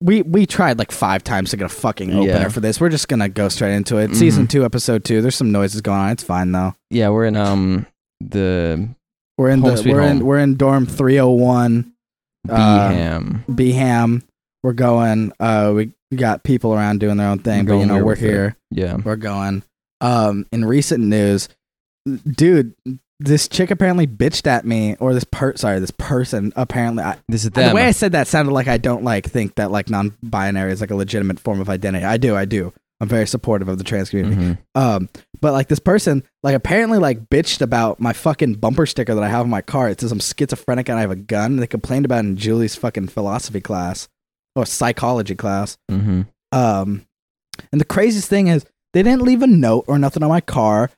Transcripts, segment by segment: we we tried like five times to get a fucking opener Yeah. for this. We're just gonna go straight into it. Season Mhm. two, episode two. There's some noises going on. It's fine though. Yeah, we're in um the We're in Home the sweet we're home. in we're in dorm 301 Uh, Beeham. Beham. We're going. Uh, we we got people around doing their own thing, but you Going know weird we're with it. here. yeah. We're going. Um, in recent news, dude, this chick apparently bitched at me, or this per sorry, this person apparently. I, This is And them. The way I said that sounded like I don't like think that like non-binary is like a legitimate form of identity. I do, I do. I'm very supportive of the trans community. Mhm. Um, but like this person, like apparently like bitched about my fucking bumper sticker that I have on my car. It says I'm schizophrenic and I have a gun. They complained about it in Julie's fucking philosophy class or psychology class. Mhm. Um, and the craziest thing is they didn't leave a note or nothing on my car.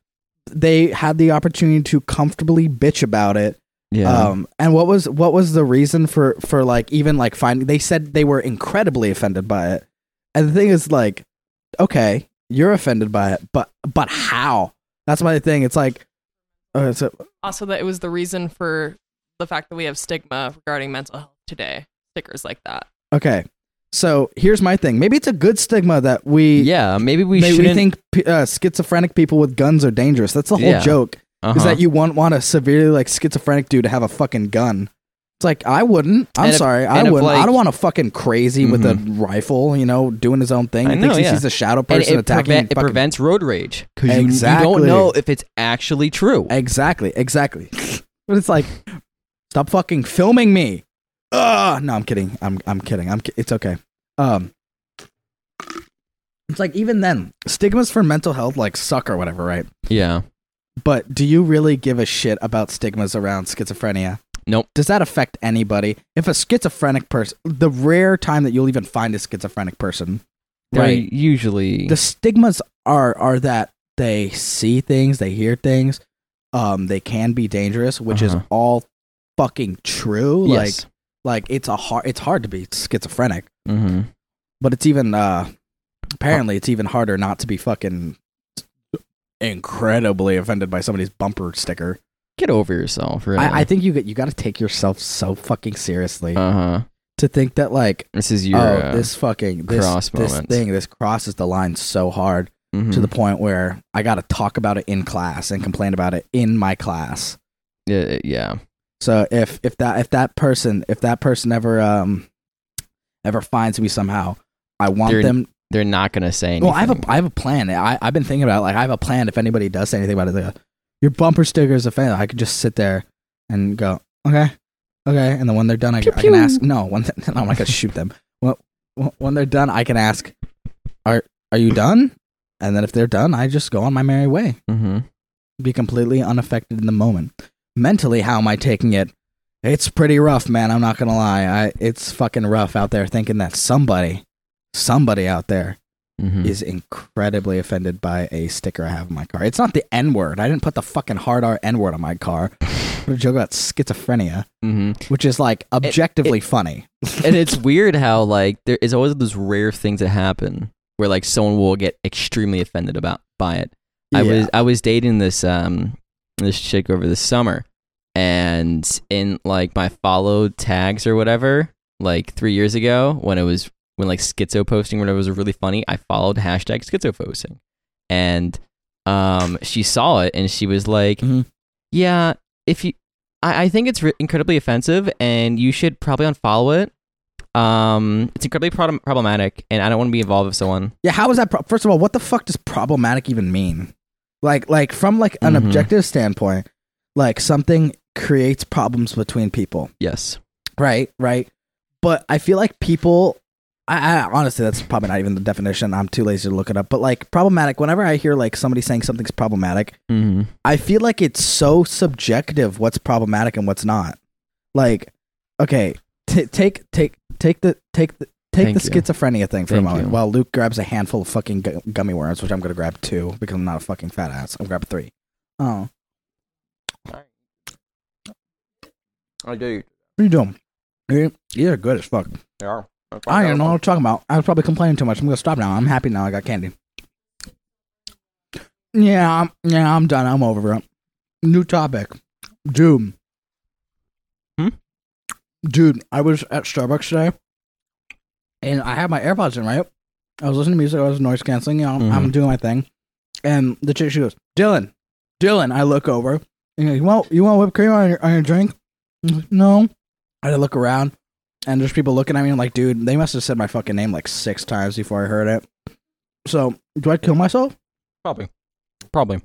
They had the opportunity to comfortably bitch about it Yeah. um, and what was what was the reason for for like even like finding? They said they were incredibly offended by it. And the thing is, like, okay, you're offended by it, but but how? That's my thing. It's like, uh, so Also, that it was the reason for the fact that we have stigma regarding mental health today. Stickers like that. okay. So here's my thing. Maybe it's a good stigma that we yeah, maybe we we, shouldn't we think p- uh, schizophrenic people with guns are dangerous. That's the whole Yeah. joke. uh-huh. Is that you want want a severely like schizophrenic dude to have a fucking gun? It's like I wouldn't. I'm And if- sorry, I and if, wouldn't. I like- Mm-hmm. don't want a fucking crazy with a rifle, you know, doing his own thing. He I thinks know, he yeah. sees a shadow and person it, attacking. prevent, it fucking- prevents road rage because you, you Exactly. don't know if it's actually true. Exactly, exactly. but it's like, stop fucking filming me. Ugh. No, I'm kidding. I'm I'm kidding. I'm. ki- It's okay. Um. It's like even then, stigmas for mental health like suck or whatever, right? yeah, But do you really give a shit about stigmas around schizophrenia? Nope. Does that affect anybody? If a schizophrenic person, the rare time that you'll even find a schizophrenic person, They're right? Usually, The stigmas are are that they see things, they hear things, um, they can be dangerous, which is Uh-huh. all fucking true. yes. Like, like it's a hard, it's hard to be schizophrenic, hmm but it's even uh, apparently it's even harder not to be fucking incredibly offended by somebody's bumper sticker. get over yourself. Really. I, I think you get you got to take yourself so fucking seriously uh huh. to think that like This is your oh uh, this fucking this cross this moment. thing this crosses the line so hard to mhm. the point where I got to talk about it in class and complain about it in my class. yeah, yeah. So if if that if that person if that person ever um ever finds me somehow. I want They're them. They're not gonna say anything. Well, I have a I have a plan. I I've been thinking about it. like I have a plan. If anybody does say anything about it, like, your bumper sticker is a fan. I could just sit there and go, okay, okay. And then when they're done, I, Pew, I can pew. ask. No, when th- no, I'm not gonna shoot them. When, when they're done, I can ask, are are you done? And then if they're done, I just go on my merry way, hmm be completely unaffected in the moment. Mentally, how am I taking it? It's pretty rough, man. I'm not gonna lie. I it's fucking rough out there thinking that somebody, somebody out there hmm is incredibly offended by a sticker I have in my car. It's not the N word. I didn't put the fucking hard R N word on my car. But a joke about schizophrenia, hmm which is like objectively funny. and it's weird how like there is always those rare things that happen where like someone will get extremely offended about by it. I Yeah. was I was dating this um this chick over the summer, and in like my followed tags or whatever, like three years ago when it was when like schizo posting whatever was really funny, I followed hashtag schizo posting, and um she saw it and she was like, Mhm. yeah, if you. I I think it's re- incredibly offensive, and you should probably unfollow it. Um, it's incredibly prob- problematic, and I don't want to be involved with someone. Yeah, how is that? Pro- First of all, what the fuck does problematic even mean? Like, like from like an Mhm. objective standpoint, like something creates problems between people. Yes. Right, right. But I feel like people. I, I honestly, that's probably not even the definition. I'm too lazy to look it up. But like problematic. Whenever I hear like somebody saying something's problematic, Mm-hmm. I feel like it's so subjective what's problematic and what's not. Like, okay, t- take take take the take the take Thank the you. schizophrenia thing for Thank a moment you. while Luke grabs a handful of fucking gu- gummy worms, which I'm gonna grab two because I'm not a fucking fat ass. I'm grab three. Oh, I do. what are you doing? You're, you're good as fuck. Yeah. I don't even know what I'm talking about. I was probably complaining too much. I'm gonna stop now. I'm happy now. I got candy. Yeah, I'm, yeah, I'm done. I'm over it. New topic, dude. Hmm? Dude, I was at Starbucks today, and I had my AirPods in, right? I was listening to music, I was noise canceling, you know, Mhm. I'm doing my thing. And the chick, she goes, Dylan, Dylan. I look over, and you, you want you want whipped cream on your, on your drink? I'm like, No. I look around, and there's people looking at me, and like, dude, they must have said my fucking name like six times before I heard it. So, do I kill myself? Probably. Probably.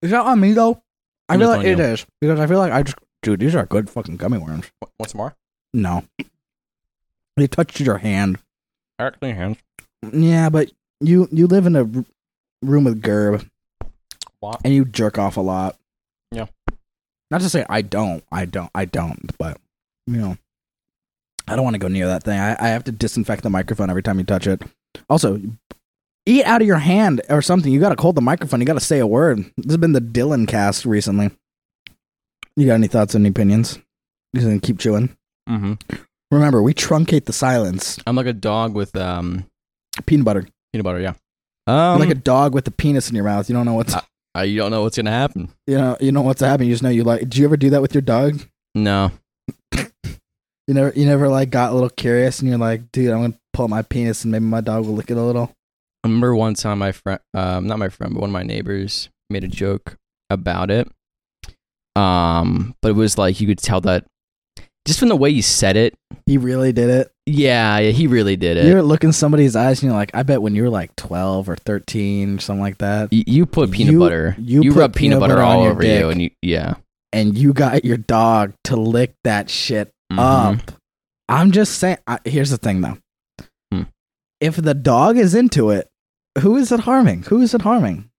Is that on me though? I I'm feel just like on it you. is because I feel like I just, dude, these are good fucking gummy worms. What's more? No, they touched your hand. I got clean hands. Yeah, but you you live in a r- room with Gerb What? and you jerk off a lot. Yeah. Not to say I don't, I don't, I don't, but you know, I don't want to go near that thing. I, I have to disinfect the microphone every time you touch it. Also, eat out of your hand or something. You got to hold the microphone. You got to say a word. This has been the Dylan cast recently. You got any thoughts, any opinions? Just gonna keep chewing. Mm-hmm. Remember, we truncate the silence. I'm like a dog with um Peanut butter. peanut butter. Yeah. You're Um, like a dog with a penis in your mouth. You don't know what's I- you don't know what's gonna happen. you know you know what's happening. You just know you like. Do you ever do that with your dog? No. You never you never like got a little curious and you're like, dude, I'm gonna pull my penis and maybe my dog will lick it a little. I remember one time my friend, um, not my friend, but one of my neighbors made a joke about it. Um, but it was like you could tell that just from the way you said it. He really did it. Yeah, yeah he really did it. You're looking somebody's eyes and you're like, I bet when you were like 12 or 13 or something like that, Y- you put peanut You- butter. you You, put rub peanut, peanut butter, butter on all your over dick. you, and you yeah. and you got your dog to lick that shit Mhm. up. I'm just saying. I, here's the thing though: Hmm. if the dog is into it, who is it harming? Who is it harming?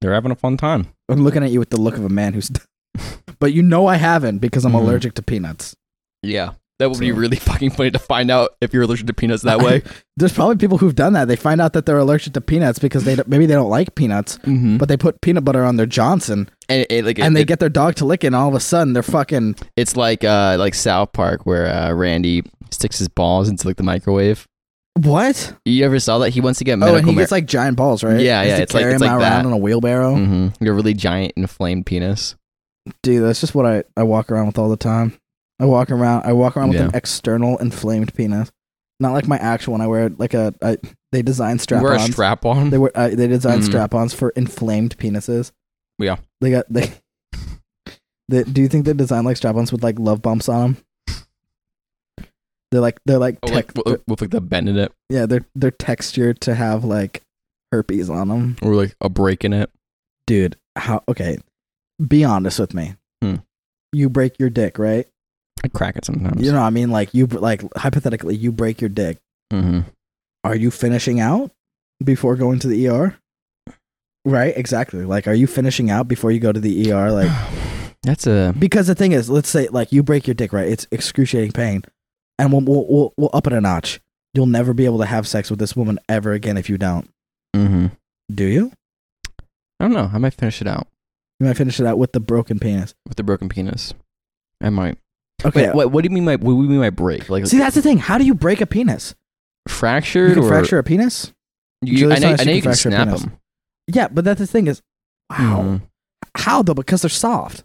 They're having a fun time. I'm looking at you with the look of a man who's. but you know I haven't because I'm Mhm. allergic to peanuts. Yeah, that would be So- really fucking funny to find out if you're allergic to peanuts that way. There's probably people who've done that. They find out that they're allergic to peanuts because they don't- maybe they don't like peanuts, mm-hmm. but they put peanut butter on their Johnson, and it, like, and they it- get their dog to lick it, and all of a sudden they're fucking. it's like uh like South Park where uh, Randy sticks his balls into like the microwave. What? You ever saw that? He wants to get Oh, medical. and he mar- gets like giant balls, right? Yeah, He has yeah, to it's like- carry it's him like around that. on a wheelbarrow. hmm Like a really giant inflamed penis. Dude, that's just what I, I walk around with all the time. I walk around. I walk around with Yeah. an external inflamed penis, not like my actual one. I wear like a. I, they design strap Wear a ons. strap on. They were uh, they designed Mhm. strap-ons for inflamed penises. Yeah. they got they. they do you think they designed like strap-ons with like love bumps on them? They're like they're like, Oh, tec- like, they're- with, with like the bend in it yeah they're they're textured to have like herpes on them, or like a break in it. dude. How okay? Be honest with me. Hmm. You break your dick, right? I crack it sometimes. You know, what I mean, like you br- like hypothetically, you break your dick. hmm Are you finishing out before going to the ER? Right, exactly. Like, are you finishing out before you go to the ER? Like, that's a because the thing is, let's say like you break your dick, right? It's excruciating pain, and we'll we'll, we'll, we'll up it a notch. You'll never be able to have sex with this woman ever again if you don't. hmm Do you? I don't know. I might finish it out You might finish it out with the broken penis. with the broken penis. I might. Okay. Wait, what, what do you mean by what do you mean by break? Like See, that's the thing. How do you break a penis? You fractured can or fracture a penis. You, I Julie know, Stiles, I you know can you can fracture a snap penis. them. Mm-hmm. Yeah, but that's the thing is, Hmm. wow, how though? Because they're soft.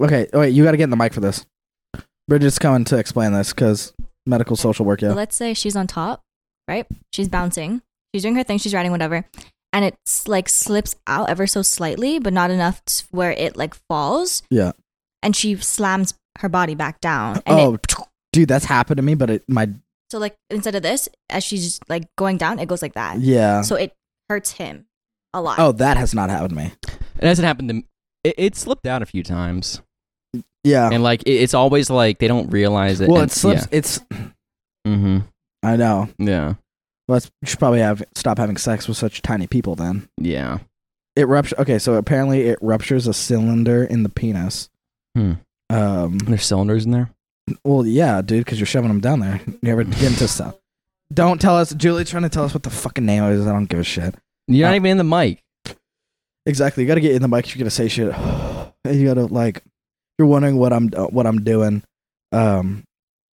Okay. Wait, you got to get in the mic for this. Bridget's coming to explain this because medical social work. Yeah. Let's say she's on top, right? She's bouncing. She's doing her thing. She's riding whatever. And it's like slips out ever so slightly, but not enough to where it like falls. Yeah. And she slams her body back down. And Oh, It, dude, that's happened to me, but it my so like instead of this, as she's like going down, it goes like that. yeah. So it hurts him a lot. Oh, that has not happened to me. It hasn't happened to me. It, it slipped out a few times, Yeah. and like it, it's always like they don't realize it. Oh. Well, and- it slips. It's Yeah. Mm-hmm. I know. Yeah. Well, that's- you should probably have stop having sex with such tiny people then. Yeah. It ruptures. Okay, so apparently it ruptures a cylinder in the penis. Hmm. Um. There's cylinders in there. Well, yeah, dude, because you're shoving them down there. You ever get into stuff? Don't tell us. Julie's trying to tell us what the fucking name is. I don't give a shit. You're Uh, not even in the mic. Exactly. You got to get in the mic. if You're gonna say shit. And you got to like. You're wondering what I'm uh, what I'm doing. Um,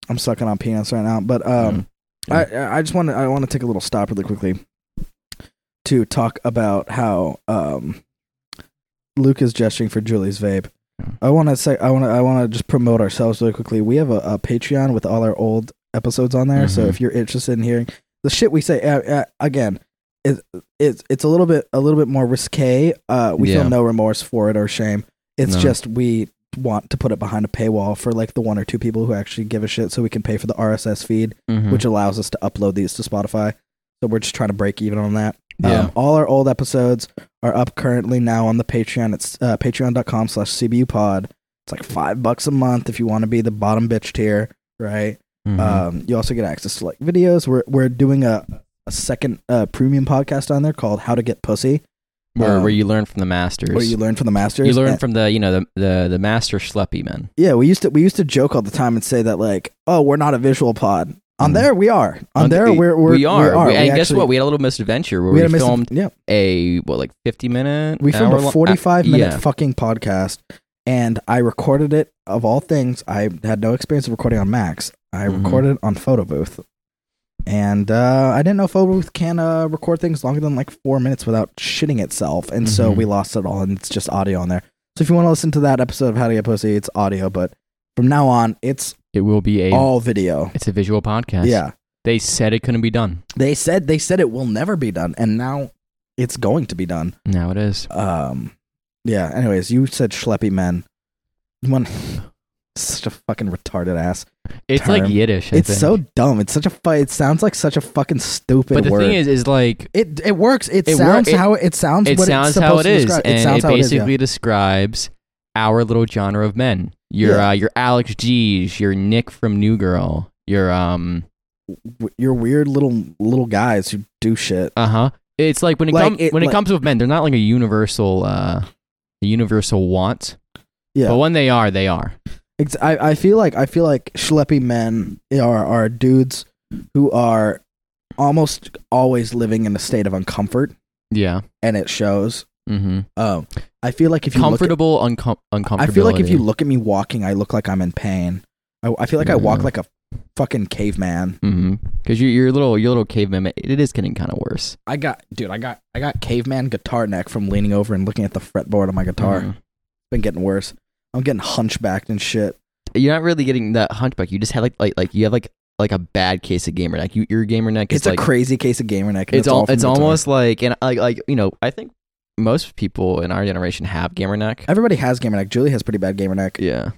I'm sucking on peanuts right now, but um. I I I just want to I want to take a little stop really quickly to talk about how um Luke is gesturing for Julie's vape. I want to say I want to I want to just promote ourselves really quickly. We have a, a Patreon with all our old episodes on there, so Mhm. if you're interested in hearing the shit we say uh, uh, again is it's it's a little bit a little bit more risque. Uh, we Yeah. feel no remorse for it or shame. It's No. just we want to put it behind a paywall for like the one or two people who actually give a shit, so we can pay for the RSS feed, Mhm. which allows us to upload these to Spotify. So we're just trying to break even on that. Yeah. Um, all our old episodes are up currently now on the Patreon. It's uh, patreon.com slash cbupod. It's like five bucks a month if you want to be the bottom bitch tier, right? Mhm. Um, you also get access to like videos. We're we're doing a, a second uh, premium podcast on there called How to Get Pussy, where, where um, you learn from the masters. where you learn from the masters. You learn And- from the you know the the, the master schleppy men. yeah, we used to we used to joke all the time and say that like, oh, we're not a visual pod. On Mhm. there we are. On, On the- there we're, we're we are. We are. We- and guess actually- what? We had a little misadventure where we we, had a mis- filmed yeah. a what like fifty minute. We filmed hour a lo- 45 uh, minute yeah. fucking podcast and I recorded it of all things. I had no experience of recording on Max. I Mhm. recorded it on Photo Booth. And uh, I didn't know Photo Booth can uh, record things longer than like four minutes without shitting itself. And so Mhm. we lost it all and it's just audio on there. So if you want to listen to that episode of How to Get Pussy, it's audio. But from now on, it's It will be a. all video. It's a visual podcast. Yeah. They said it couldn't be done. They said they said it will never be done. And now it's going to be done. Now it is. Um, yeah. Anyways, you said schleppy men. One, such a fucking retarded ass. It's Term. like Yiddish. I It's think. so dumb. It's such a. Fu- it sounds like such a fucking stupid But the word. thing is, is like it it works. It, It wor- sounds it- how it, sounds. it what sounds it's how supposed it to is, describe. and it sounds it how basically it is. describes our little genre of men. Your Yeah. uh, your Alex G's, your Nick from New Girl, your um Yeah. W- You're weird little little guys who do shit. uh huh. It's like when it Like, comes it- when it like- comes with men, they're not like a universal uh a universal want. Yeah. But when they are, they are. Ex- I, I feel like I feel like schleppy men are are dudes who are almost always living in a state of uncomfort, Yeah. and it shows. Mm-hmm. Um, I feel like if you look at- Comfortable, uncom- I uncomfortable. feel like if you look at me walking, I look like I'm in pain. I, I feel like I walk Yeah. like a fucking caveman. mm-hmm. because your your little your little caveman, it- it is getting kind of worse. I got, dude, I got, I got caveman guitar neck from leaning over and looking at the fretboard on my guitar. Mhm. Been getting worse. I'm getting hunchbacked and shit. You're not really getting that hunchback. You just have like like like you have like like a bad case of gamer neck. You, your gamer neck is It's, like a crazy case of gamer neck. and it's all from it's guitar. almost like and like like you know I think most people in our generation have gamer neck. everybody has gamer neck. Julie has pretty bad gamer neck. Yeah,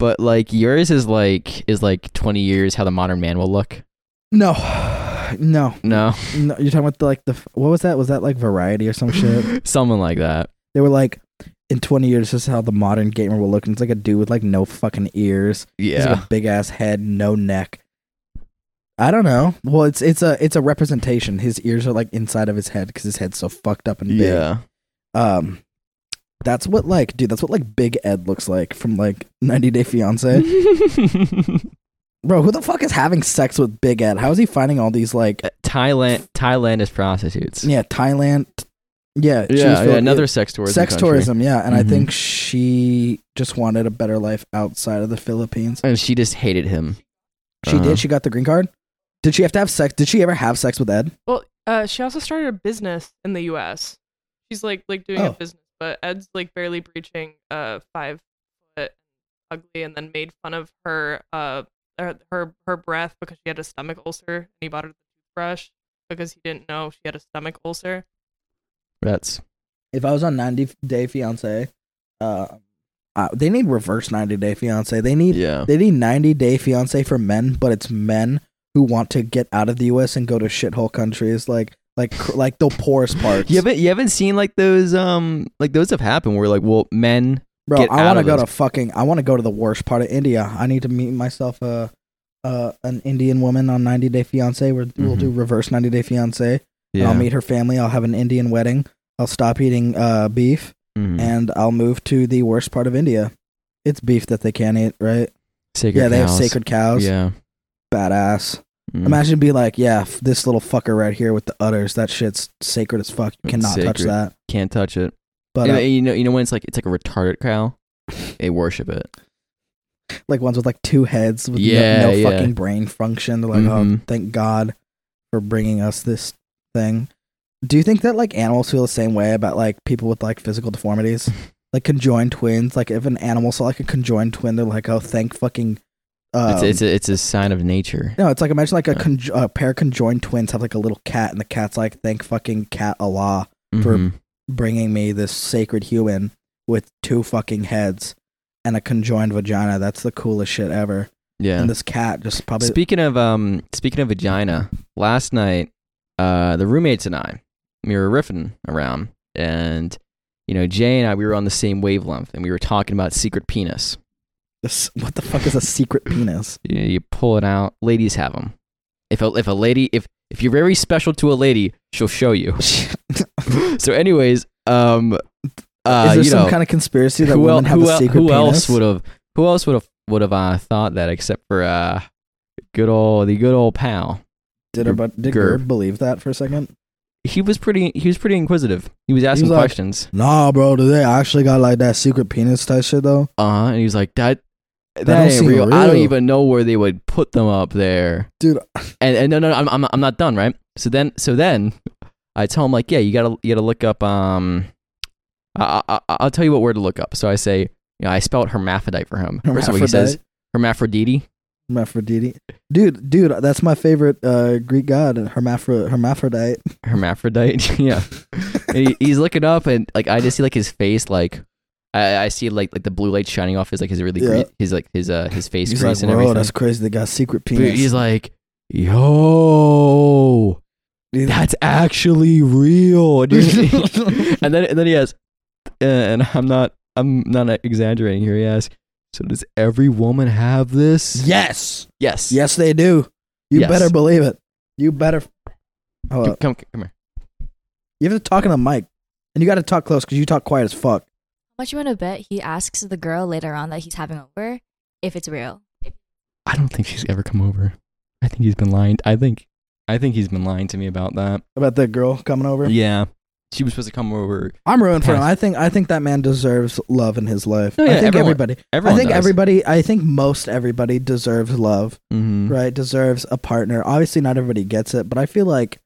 but like yours is like is like twenty years how the modern man will look. No, no, No, no. You're talking about the, like the f- what was that? Was that like Variety or some Oh, shit? someone like that. They were like, in 20 years, this is how the modern gamer will look. And it's like a dude with like no fucking ears. He's Yeah, got a big ass head, no neck. I don't know. Well, it's it's a it's a representation. His ears are like inside of his head because his head's so fucked up and big. yeah. Um, that's what like, dude. That's what like Big Ed looks like from like 90 Day Fiance. Bro, who the fuck is having sex with Big Ed? How is he finding all these like, Uh, Thailand Thailand is prostitutes. yeah, Thailand? Yeah, she was yeah, yeah, Filipino- another sex tourism. sex country. tourism. Yeah, and Mhm. I think she just wanted a better life outside of the Philippines. and she just hated him. She Uh-huh. did. She got the green card. Did she have to have sex? Did she ever have sex with Ed? Well, uh, she also started a business in the U.S. She's like like doing Oh. a business, but Ed's like barely breaching uh five foot ugly, and then made fun of her uh her her, her breath because she had a stomach ulcer, and he bought her the toothbrush because he didn't know she had a stomach ulcer. That's If I was on 90 Day Fiance, uh, uh, they need reverse 90 Day Fiance. They need yeah. they need 90 Day Fiance for men, but it's men who want to get out of the U.S. and go to shithole countries like like cr- like the poorest parts. You haven't you haven't seen like those um like those have happened where like well men Bro, get I out want to of go those- to fucking. I want to go to the worst part of India. I need to meet myself a. Uh, an Indian woman on 90 Day Fiance. We're, We'll Mhm. do reverse 90 Day Fiance. yeah I'll meet her family. I'll have an Indian wedding. I'll stop eating uh, beef, Mhm. and I'll move to the worst part of India. It's beef that they can't eat, right? sacred yeah, they cows. have sacred cows. yeah Badass. Mm. Imagine being like, yeah, f- this little fucker right here with the udders. That shit's sacred as fuck. You It's cannot touch sacred. that. can't touch it But And, uh, and you know you know when it's like it's like a retarded cow they worship it like ones with like two heads with no- Yeah, no, yeah. fucking brain function. They're like, oh, Mhm. thank God for bringing us this thing. Do you think that like animals feel the same way about like people with like physical deformities, like conjoined twins? Like if an animal saw like a conjoined twin, they're like, oh, thank fucking Um, it's it's a, it's a sign of nature. no, it's like imagine like a, conj- a pair of conjoined twins have like a little cat, and the cat's like, "Thank fucking cat Allah for- Mhm. bringing me this sacred human with two fucking heads and a conjoined vagina. That's the coolest shit ever." yeah. And this cat just probably Speaking of um, speaking of vagina, last night, uh, the roommates and I, we were riffing around, and you know, Jay and I, we were on the same wavelength, and we were talking about secret penis. this, what the fuck is a secret penis? You, you pull it out. Ladies have them. If a, if a lady, if if you're very special to a lady, she'll show you. so, anyways, um, uh, is there you some know, kind of conspiracy that who, el- women have who a el- secret who penis? else would have who else would have would have uh, thought that except for uh, good old the good old pal. did her, but did Gerb. Gerb believe that for a second? he was pretty he was pretty inquisitive. He was asking was like- questions. Nah, bro. Do they actually got like that secret penis type shit though? Uh huh. And he was like, That that, don't ain't seem real. I don't real." even know where they would put them up there. Dude, And and no no, no I'm, I'm I'm not done, right? So then so then I tell him like, Yeah, you gotta you gotta look up um I, I, I- I'll tell you what word to look up. So I say, you know, I spelled hermaphrodite for him. First of all, he says hermaphrodite. hermaphrodite. Dude, dude, that's my favorite uh, Greek god, hermaphro- hermaphrodite. hermaphrodite. yeah, and he, he's looking up, and like I just see like his face, like I, I see like like the blue light shining off his like his really Yeah. gre- his like his uh his face He's grease like, and bro, everything. that's crazy. They got secret But penis. he's like, yo, Dude, that's actually real, dude. and then and then he has, uh, and I'm not I'm not exaggerating here. He asks, so does every woman have this? yes, Yes. yes, they do. You Yes. better believe it. You better. Hold Come, up. come come here. You have to talk in the mic, and you got to talk close because you talk quiet as fuck. much you want to bet he asks the girl later on that he's having over if it's real. I don't think she's ever come over. I think he's been lying. I think I think he's been lying to me about that. About the girl coming over. Yeah. She was supposed to come over. I'm ruined for him. Yes. I think I think that man deserves love in his life. No, Oh, yeah, I think everyone- everybody. I Everyone think does. everybody. I think most everybody deserves love. Mhm. Right? Deserves a partner. Obviously, not everybody gets it, but I feel like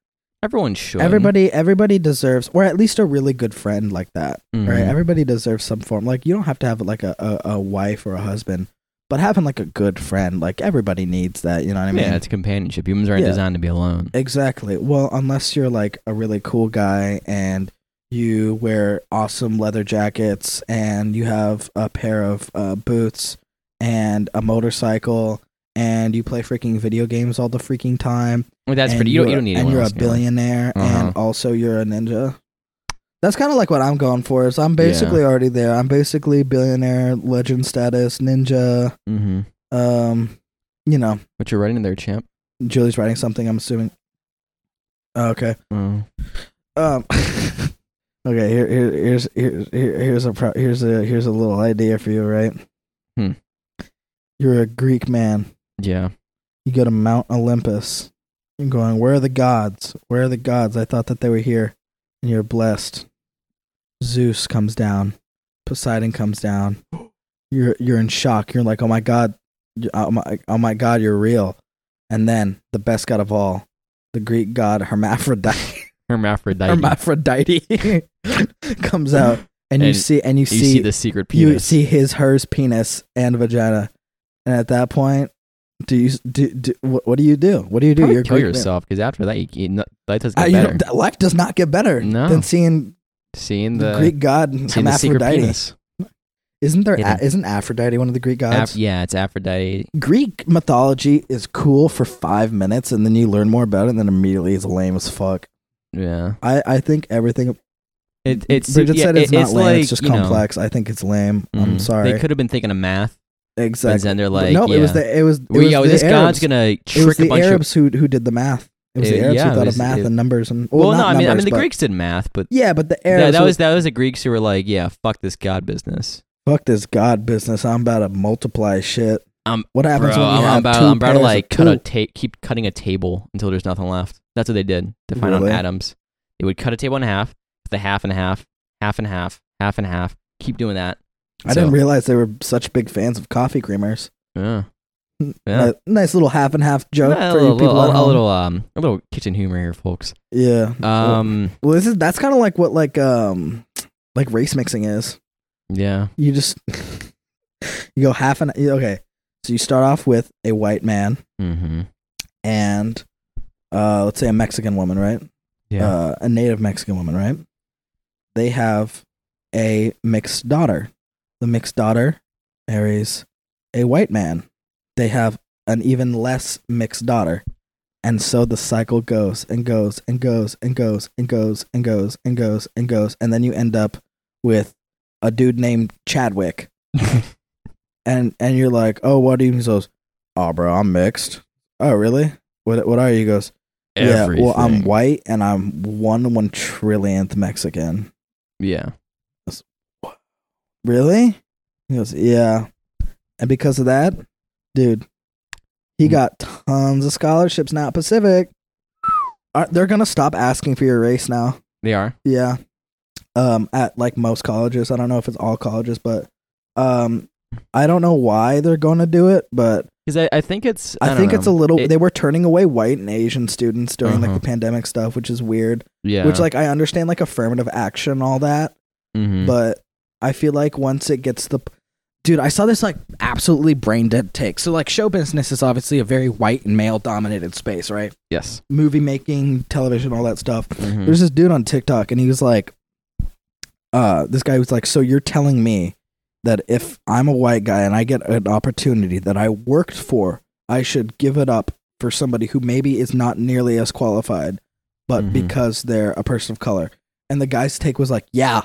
Everyone should. everybody everybody deserves, or at least a really good friend like that. Mhm. Right? Everybody deserves some form. Like you don't have to have like a, a, a wife or a husband, but having like a good friend, like everybody needs that. You know what I mean? yeah, it's companionship. Humans aren't Yeah. designed to be alone. Exactly. Well, unless you're like a really cool guy and you wear awesome leather jackets and you have a pair of uh, boots and a motorcycle and you play freaking video games all the freaking time. Well, that's and pretty. You you're- don't, you don't need And anyone you're else a in your life. billionaire Uh-huh. and also you're a ninja. That's kind of like what I'm going for. Is I'm basically already there. I'm basically billionaire, legend status, ninja. Mhm. Um, you know, But you're right in there, champ. Julie's writing something. I'm assuming. Okay. Oh. Um. okay. Here, here, here's, here's, here, here's a, pro- here's a, here's a little idea for you, right? Hmm. You're a Greek man. Yeah. You go to Mount Olympus. You're going. Where are the gods? Where are the gods? I thought that they were here, and you're blessed. Zeus comes down. Poseidon comes down. You're, you're in shock. You're like, oh my god, y- oh my, oh my god, you're real. And then the best god of all, the Greek god Hermaphrodite Hermaphrodite. hermaphrodite comes out and, you And see and you, you see, see the secret you penis. see his hers penis and vagina and at that point do you do, do what, what do you do what do you do Probably You're a kill Greek man. yourself because after that, you, you, no, that doesn't Uh, get you better. don't- that life does not get better No. than seeing seeing the, the Greek god seeing the secret Hermaphrodite. penis. Isn't there? Yeah. A, isn't Aphrodite one of the Greek gods? Aph- yeah, it's Aphrodite. Greek mythology is cool for five minutes, and then you learn more about it, and then immediately it's lame as fuck. Yeah. I, I think everything It, it's Bridget yeah, said it- it's not lame. like, it's just you know, complex. I think it's lame. I'm mhm. sorry. They could have been thinking of math, but exactly. then they're But like, no, yeah. it was the it was. It We- was oh, the this Arabs. god's gonna It was trick a the bunch of. Arabs who who did the math. It was It- the Arabs yeah, who it thought was- of math it- and numbers and well, Well, no, not I mean, I mean, numbers, the but- Greeks did math, but Yeah, but the tha- Arabs. that was that was the Greeks who were like, yeah, fuck this god business. fuck this god business. I'm about to multiply shit. Um, what Bro, happens I'm, when you I'm have about, two I'm about to pairs like of cut a two? ta- keep cutting a table until there's nothing left. That's what they did to find Really? out atoms. They would cut a table in half, the half and half, half and half, half and half. Keep doing that. I didn't realize they were such big fans of coffee creamers. Yeah. N- Yeah. Ni- nice little half and half joke Yeah, a for you little, people little- at a home. little, um, a little kitchen humor here, folks. yeah. Um, well, this is that's kind of like what like um like race mixing is. yeah, you just you go half an okay So you start off with a white man Mm-hmm. and uh, let's say a Mexican woman, right? Yeah. uh, a native Mexican woman, right? They have a mixed daughter. The mixed daughter marries a white man. They have an even less mixed daughter. And so the cycle goes and goes and goes and goes and goes and goes and goes and goes. And then you end up with a dude named Chadwick. and and you're like, oh, what do you? He goes, oh, bro, I'm mixed. Oh, really? What what are you? He goes, yeah, well, I'm Everything. white and I'm one one trillionth Mexican. Yeah. Really? He goes, yeah. And because of that, dude, he Mm. got tons of scholarships now at Pacific. Are, they're gonna stop asking for your race now. They are. Yeah. Um, at like most colleges, I don't know if it's all colleges, but um, I don't know why they're gonna do it, but Because I, I think it's. I, I, think it's a little. It- they were turning away white and Asian students during like Uh-huh. the pandemic stuff, which is weird. Yeah. which like I understand like affirmative action and all that, Mhm. but I feel like once it gets the dude, I saw this like absolutely brain dead take. So like show business is obviously a very white and male dominated space, right? yes. Movie making, television, all that stuff. Mhm. There's this dude on TikTok and he was like uh this guy was like, "So you're telling me that if I'm a white guy and I get an opportunity that I worked for, I should give it up for somebody who maybe is not nearly as qualified, but Mhm. because they're a person of color. And the guy's take was like, "Yeah."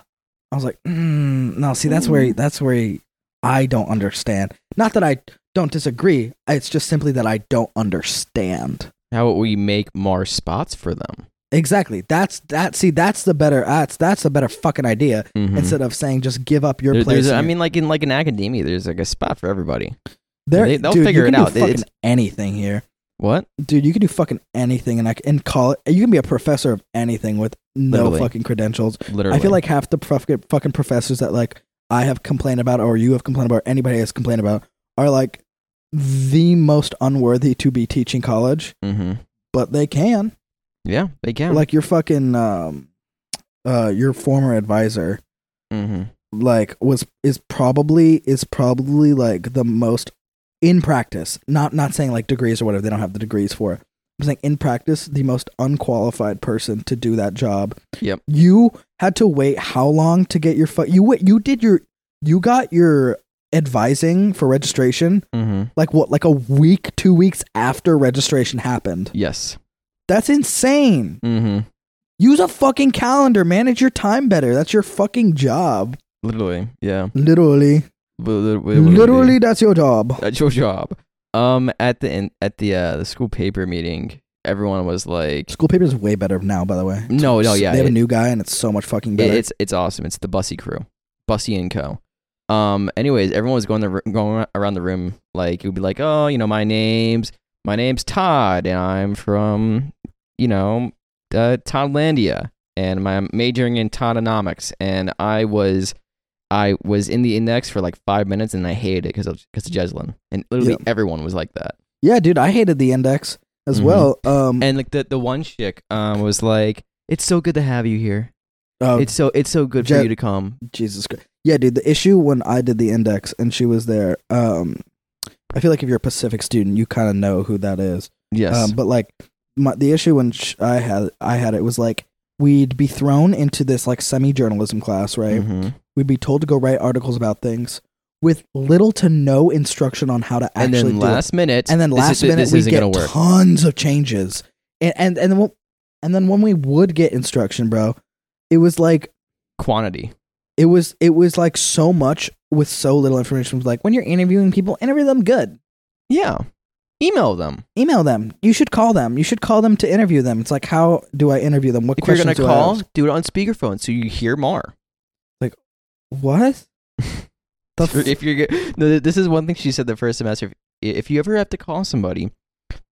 I was like, mm, "No, see, that's where that's where I don't understand. Not that I don't disagree. It's just simply that I don't understand." How would we make more spots for them? Exactly. That's that. See, that's the better. That's that's the better fucking idea. Mhm. Instead of saying just give up your There- place. there's a, I and your- mean, like in like in academia, there's like a spot for everybody. There- they- they'll dude, figure you it can do out. It- fucking it's- anything here, What? dude. You can do fucking anything, and I in college, you can be a professor of anything with no Literally. fucking credentials. Literally. I feel like half the prof- fucking professors that like I have complained about, or you have complained about, or anybody has complained about, are like the most unworthy to be teaching college, Mm-hmm. but they can. Yeah, they can. Like your fucking um, uh, your former advisor. mm-hmm. like was is probably is probably like the most in practice not not saying like degrees or whatever they don't have the degrees for it i'm saying in practice the most unqualified person to do that job Yep. you had to wait how long to get your fu- you wait you did your you got your advising for registration Mm-hmm. like what like a week two weeks after registration happened Yes. that's insane Mm-hmm. use a fucking calendar manage your time better that's your fucking job Literally. Yeah. literally Literally. literally that's your job That's your job. Um, at the in, at the uh, the school paper meeting, everyone was like, School paper is way better now, by the way. "No, no, Oh, yeah, They have it- a new guy, and it's so much fucking better. It- it's it's awesome. It's the Bussy crew, Bussy and Co. Um. Anyways, everyone was going the ro- going around the room like it would be like, oh, you know, my name's my name's Todd, and I'm from you know uh, Toddlandia, and I'm majoring in Toddonomics, and I was. I was in the index for like five minutes and I hated it because of, because of Jeslin. And literally Yeah. everyone was like that. yeah, dude, I hated the index as Mhm. well. Um, And like the, the one chick um, was like, it's so good to have you here. oh, It's so it's so good Je- for you to come. Jesus Christ. Yeah, dude, the issue when I did the index and she was there. Um, I feel like if you're a Pacific student, you kind of know who that is. Yes. Um, but like my, the issue when sh- I had I had it was like we'd be thrown into this like semi journalism class, right? Mhm. We'd be told to go write articles about things with little to no instruction on how to and actually then do it. last minute, and then this is- last minute this we isn't get gonna work. tons of changes and and and then, when- and then when we would get instruction bro it was like quantity. it was it was like so much with so little information It was like when you're interviewing people interview them good Yeah, email them email them you should call them you should call them to interview them it's like how do i interview them what if you're questions gonna do I call. ask? Do it on speakerphone so you hear more. what the If you're- f- if you're g- no, th- this is one thing she said the first semester. If, if you ever have to call somebody,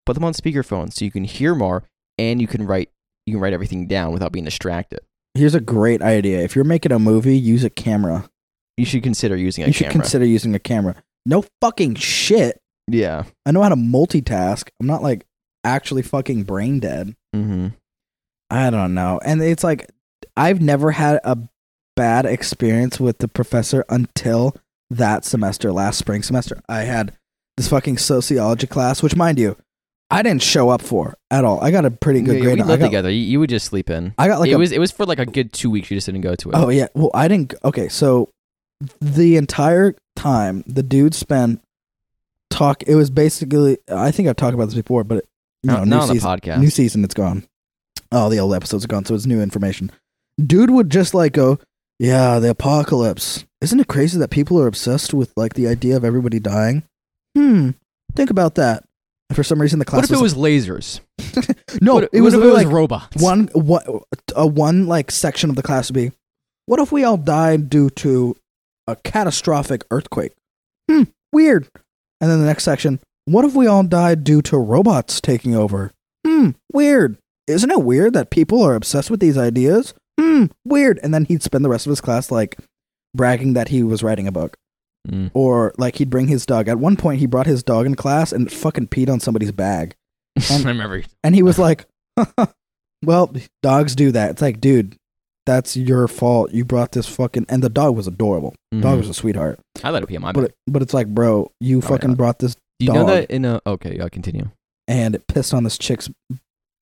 put them on speakerphone so you can hear more and you can write you can write everything down without being distracted. here's a great idea if you're making a movie use a camera You should consider using a you should camera. consider using a camera no fucking shit yeah. i know how to multitask i'm not like actually fucking brain dead Mm-hmm. I don't know. And it's like I've never had a bad experience with the professor until that semester, last spring semester. I had this fucking sociology class, which mind you, I didn't show up for at all. I got a pretty good Yeah, grade. we on- lived I got, together. You, you would just sleep in. I got like it a was it was for like a good two weeks. You just didn't go to it. Oh yeah. Well, I didn't. Okay, so the entire time the dude spent talk. It was basically. I think I've talked about this before, but it, you know, not, new not on the season, podcast. new season, it's gone. All the old episodes are gone, so it's new information. Dude would just like go, yeah, the apocalypse. Isn't it crazy that people are obsessed with like the idea of everybody dying? Hmm. Think about that. And for some reason, the class what if it was lasers? was no. What- it was what if it literally, was like robots. one what a one like section of the class would be what if we all died due to a catastrophic earthquake hmm weird and then the next section what if we all died due to robots taking over hmm weird isn't it weird that people are obsessed with these ideas hmm weird and then he'd spend the rest of his class like bragging that he was writing a book Mm. or like he'd bring his dog at one point he brought his dog in class and fucking peed on somebody's bag Mm. I remember. and he was like, "Well, dogs do that." It's like, dude, that's your fault. You brought this fucking and the dog was adorable. Mm-hmm. Dog was a sweetheart. I let it pee on my But bed. it, but it's like, bro, you yeah. fucking brought this Do you dog. know that in a okay? I'll continue. and it pissed on this chick's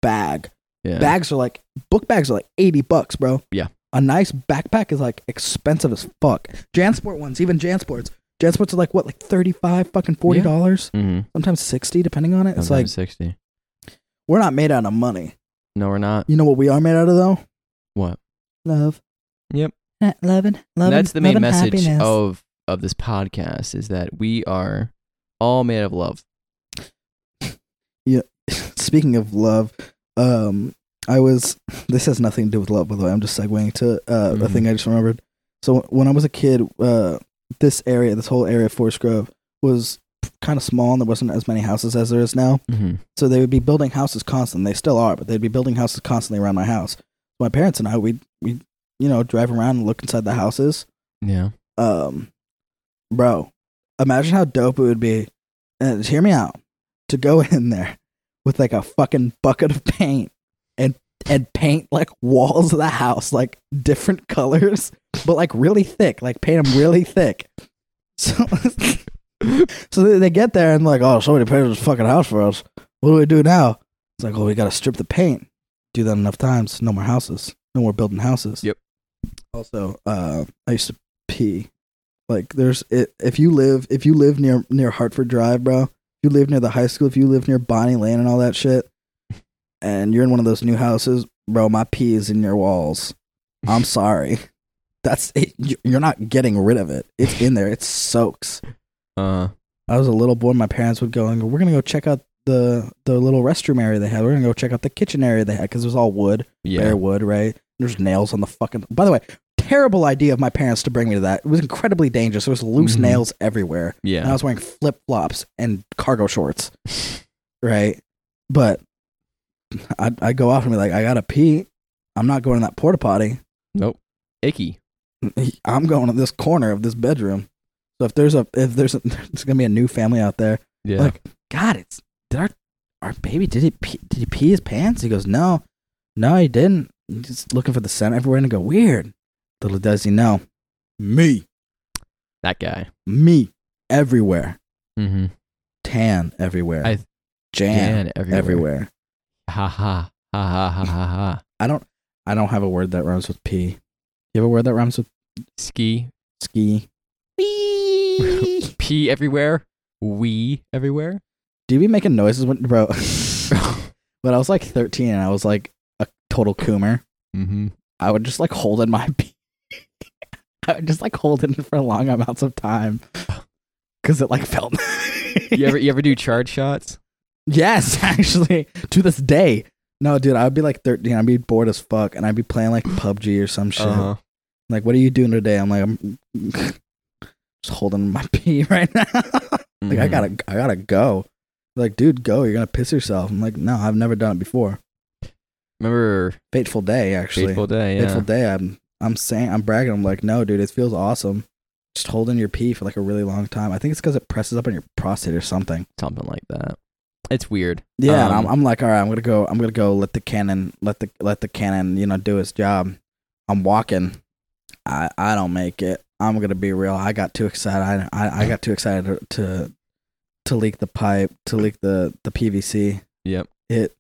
bag. Yeah. Bags are like book bags are like eighty bucks, bro. Yeah. A nice backpack is like expensive as fuck. Jansport ones, even Jansports. Jansports are like what, like thirty five fucking forty Yeah. dollars, mm-hmm. sometimes sixty, depending on it. It's like sixty. we're not made out of money. No, we're not. You know what we are made out of though? What? Love. Eh, Yep. Loving, loving. That's the main message Oh. of of this podcast is that we are all made of love. Speaking of love, um, I was. This has nothing to do with love, by the way. I'm just segueing to uh, a Mhm. thing I just remembered. So when I was a kid, uh, this area, this whole area of Forest Grove, was kind of small, and there wasn't as many houses as there is now. Mm-hmm. So they would be building houses constantly. They still are, but they'd be building houses constantly around my house. My parents and I, we we you know drive around and look inside the houses, Yeah. um, bro, imagine how dope it would be. And hear me out. To go in there with like a fucking bucket of paint and and paint like walls of the house like different colors, but like really thick. Like paint them really thick. So, so they, they get there and like, oh, somebody painted this fucking house for us. What do we do now? It's like, oh, we gotta strip the paint. Do that enough times. No more houses. No more building houses. Yep. Also, uh, I used to pee. Like, there's it, if you live if you live near near Hartford Drive, bro. If you live near the high school, if you live near Bonnie Lane and all that shit, and you're in one of those new houses, bro. My pee is in your walls. I'm sorry. That's it. You- You're not getting rid of it. It's in there. It soaks. Uh. I was a little boy. My parents would go and go, we're gonna go check out the the little restroom area they had. We're gonna go check out the kitchen area they had because it was all wood, Yeah. bare wood, right? There's nails on the fucking. By the way, terrible idea of my parents to bring me to that. It was incredibly dangerous. There was loose Mhm. nails everywhere, and I Yeah. was wearing flip flops and cargo shorts, right? But I I go off and be like, I gotta pee. I'm not going in that porta potty. Nope. Icky. I'm going to this corner of this bedroom. So if there's a if there's a, there's gonna be a new family out there. Yeah. Like, God, it's did our our baby did he pee, did he pee his pants? He goes, no, no, he didn't. He's just looking for the scent everywhere and I go weird. Little does he know, me, that guy. me everywhere, Mm-hmm. tan everywhere, I- Jan everywhere. everywhere. Ha ha ha ha ha ha ha. I don't I don't have a word that rhymes with pee. You have a word that rhymes with Ski. ski. Wee. Pee everywhere. Wee everywhere. Do you be making noises when bro? when I was like 13 and I was like a total coomer. mm-hmm. I would just like hold in my pee. I would just like hold it for long amounts of time because it like felt. You ever you ever do charge shots? yes, actually, to this day. No, dude, I'd be like 13. I'd be bored as fuck, and I'd be playing like PUBG or some shit. Uh-huh. Like, what are you doing today? I'm like, I'm just holding my pee right now. like, I Mhm. gotta, I gotta go. Like, dude, go. You're gonna piss yourself. I'm like, no, I've never done it before. remember Fateful day, actually. Fateful Day. Yeah. Mm-hmm. Fateful Day. I'm I'm saying I'm bragging. I'm like, no, dude, it feels awesome. Just holding your pee for like a really long time. I think it's because it presses up on your prostate or something. Something like that. It's weird. Yeah, and Um, I'm, I'm like, all right, I'm gonna go. I'm gonna go. Let the cannon, let the let the cannon, you know, do its job. I'm walking. I I don't make it. I'm gonna be real. I got too excited. I I, I got too excited to to leak the pipe, to leak the the PVC. Yep. It.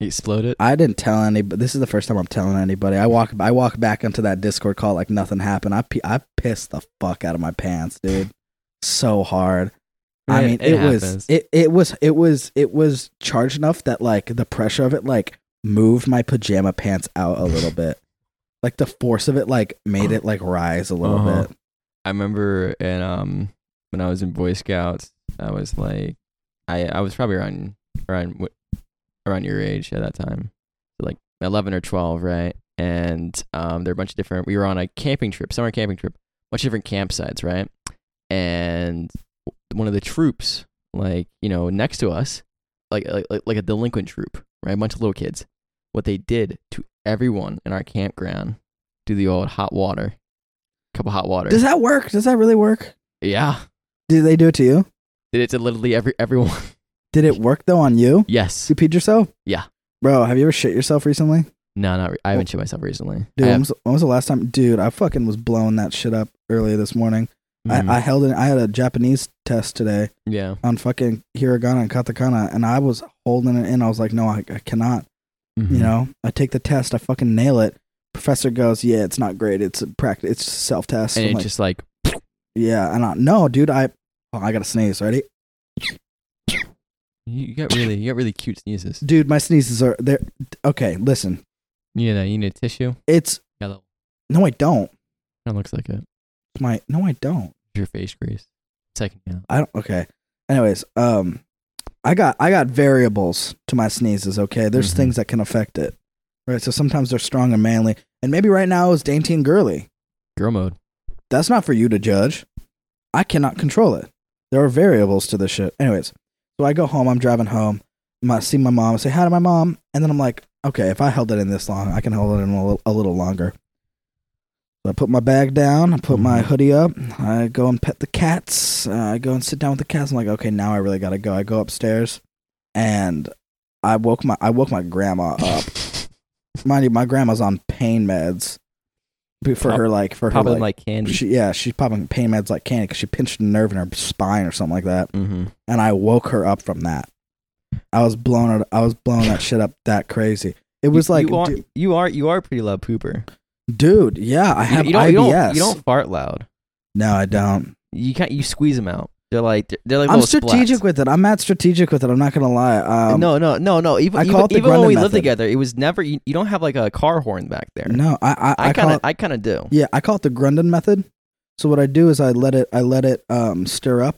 He exploded. I didn't tell anybody. This is the first time I'm telling anybody. I walk. I walk back onto that Discord call like nothing happened. I pe- I pissed the fuck out of my pants, dude. so hard. I mean, it, was happens. it, it was it was it was charged enough that like the pressure of it like moved my pajama pants out a little bit. Like the force of it like made it like rise a little Uh-huh. bit. I remember and um when I was in Boy Scouts, I was like I I was probably around around wh- around your age at that time. Like 11 or 12, right? And um there were a bunch of different we were on a camping trip, summer camping trip, a bunch of different campsites, right? And one of the troops like, you know, next to us, like like like- like a delinquent troop, right? A bunch of little kids. What they did to everyone in our campground, do the old hot water. Cup of hot water. Does that work? Does that really work? Yeah. Did they do it to you? Did it to literally every everyone. Did it work though on you? yes. You peed yourself? Yeah. Bro, have you ever shit yourself recently? No, not. Re- I haven't shit myself recently. Dude, I when have- was, when was the last time? Dude, I fucking was blowing that shit up earlier this morning. Mm, I, I held an I had a Japanese test today. yeah. on fucking hiragana and katakana and i was holding it in i was like no i, I cannot you Mm-hmm. know i take the test i fucking nail it professor goes yeah it's not great it's a practice it's self test And like, it's just like yeah and i no dude i oh, i gotta sneeze ready you got really, you got really cute sneezes. dude my sneezes are they're okay listen You know, you need a tissue. it's Yeah, that no i don't kind of looks like it. It's my no i don't Your face grease. Second, yeah. i don't okay anyways um i got i got variables to my sneezes okay there's Mhm. things that can affect it right so sometimes they're strong and manly and maybe right now it's dainty and girly Girl mode. That's not for you to judge. I cannot control it. There are variables to this shit. Anyways, so I go home. I'm driving home. I see my mom. I say hi to my mom, and then I'm like, okay, if I held it in this long, I can hold it in a little, a little longer. So I put my bag down. I put my Mhm. hoodie up. I go and pet the cats. Uh, I go and sit down with the cats. I'm like, okay, now I really gotta go. I go upstairs, and I woke my I woke my grandma up. Mind you, my grandma's on pain meds for Pop- her like for her Popping like, like candy. she, yeah, she's popping pain meds like candy because she pinched a nerve in her spine or something like that. mm-hmm. And I woke her up from that. I was blown. It, I was blowing that shit up that crazy. It was like, you are, du- you are, you are a pretty loud pooper. dude, yeah, I have you, don't, IBS. you don't, you don't fart loud. no, I don't. You can't. You squeeze them out. They're like, they're like. I'm little strategic splats. with it. I'm not strategic with it. I'm not gonna lie. Um, no, no, no, no. Even, I even, call it the even when Grundon we lived method. together, it was never. You, you don't have like a car horn back there. no, I, I, call I kind it of, I kind of do. Yeah, I call it the Grundon method. So what I do is I let it I let it um, stir up,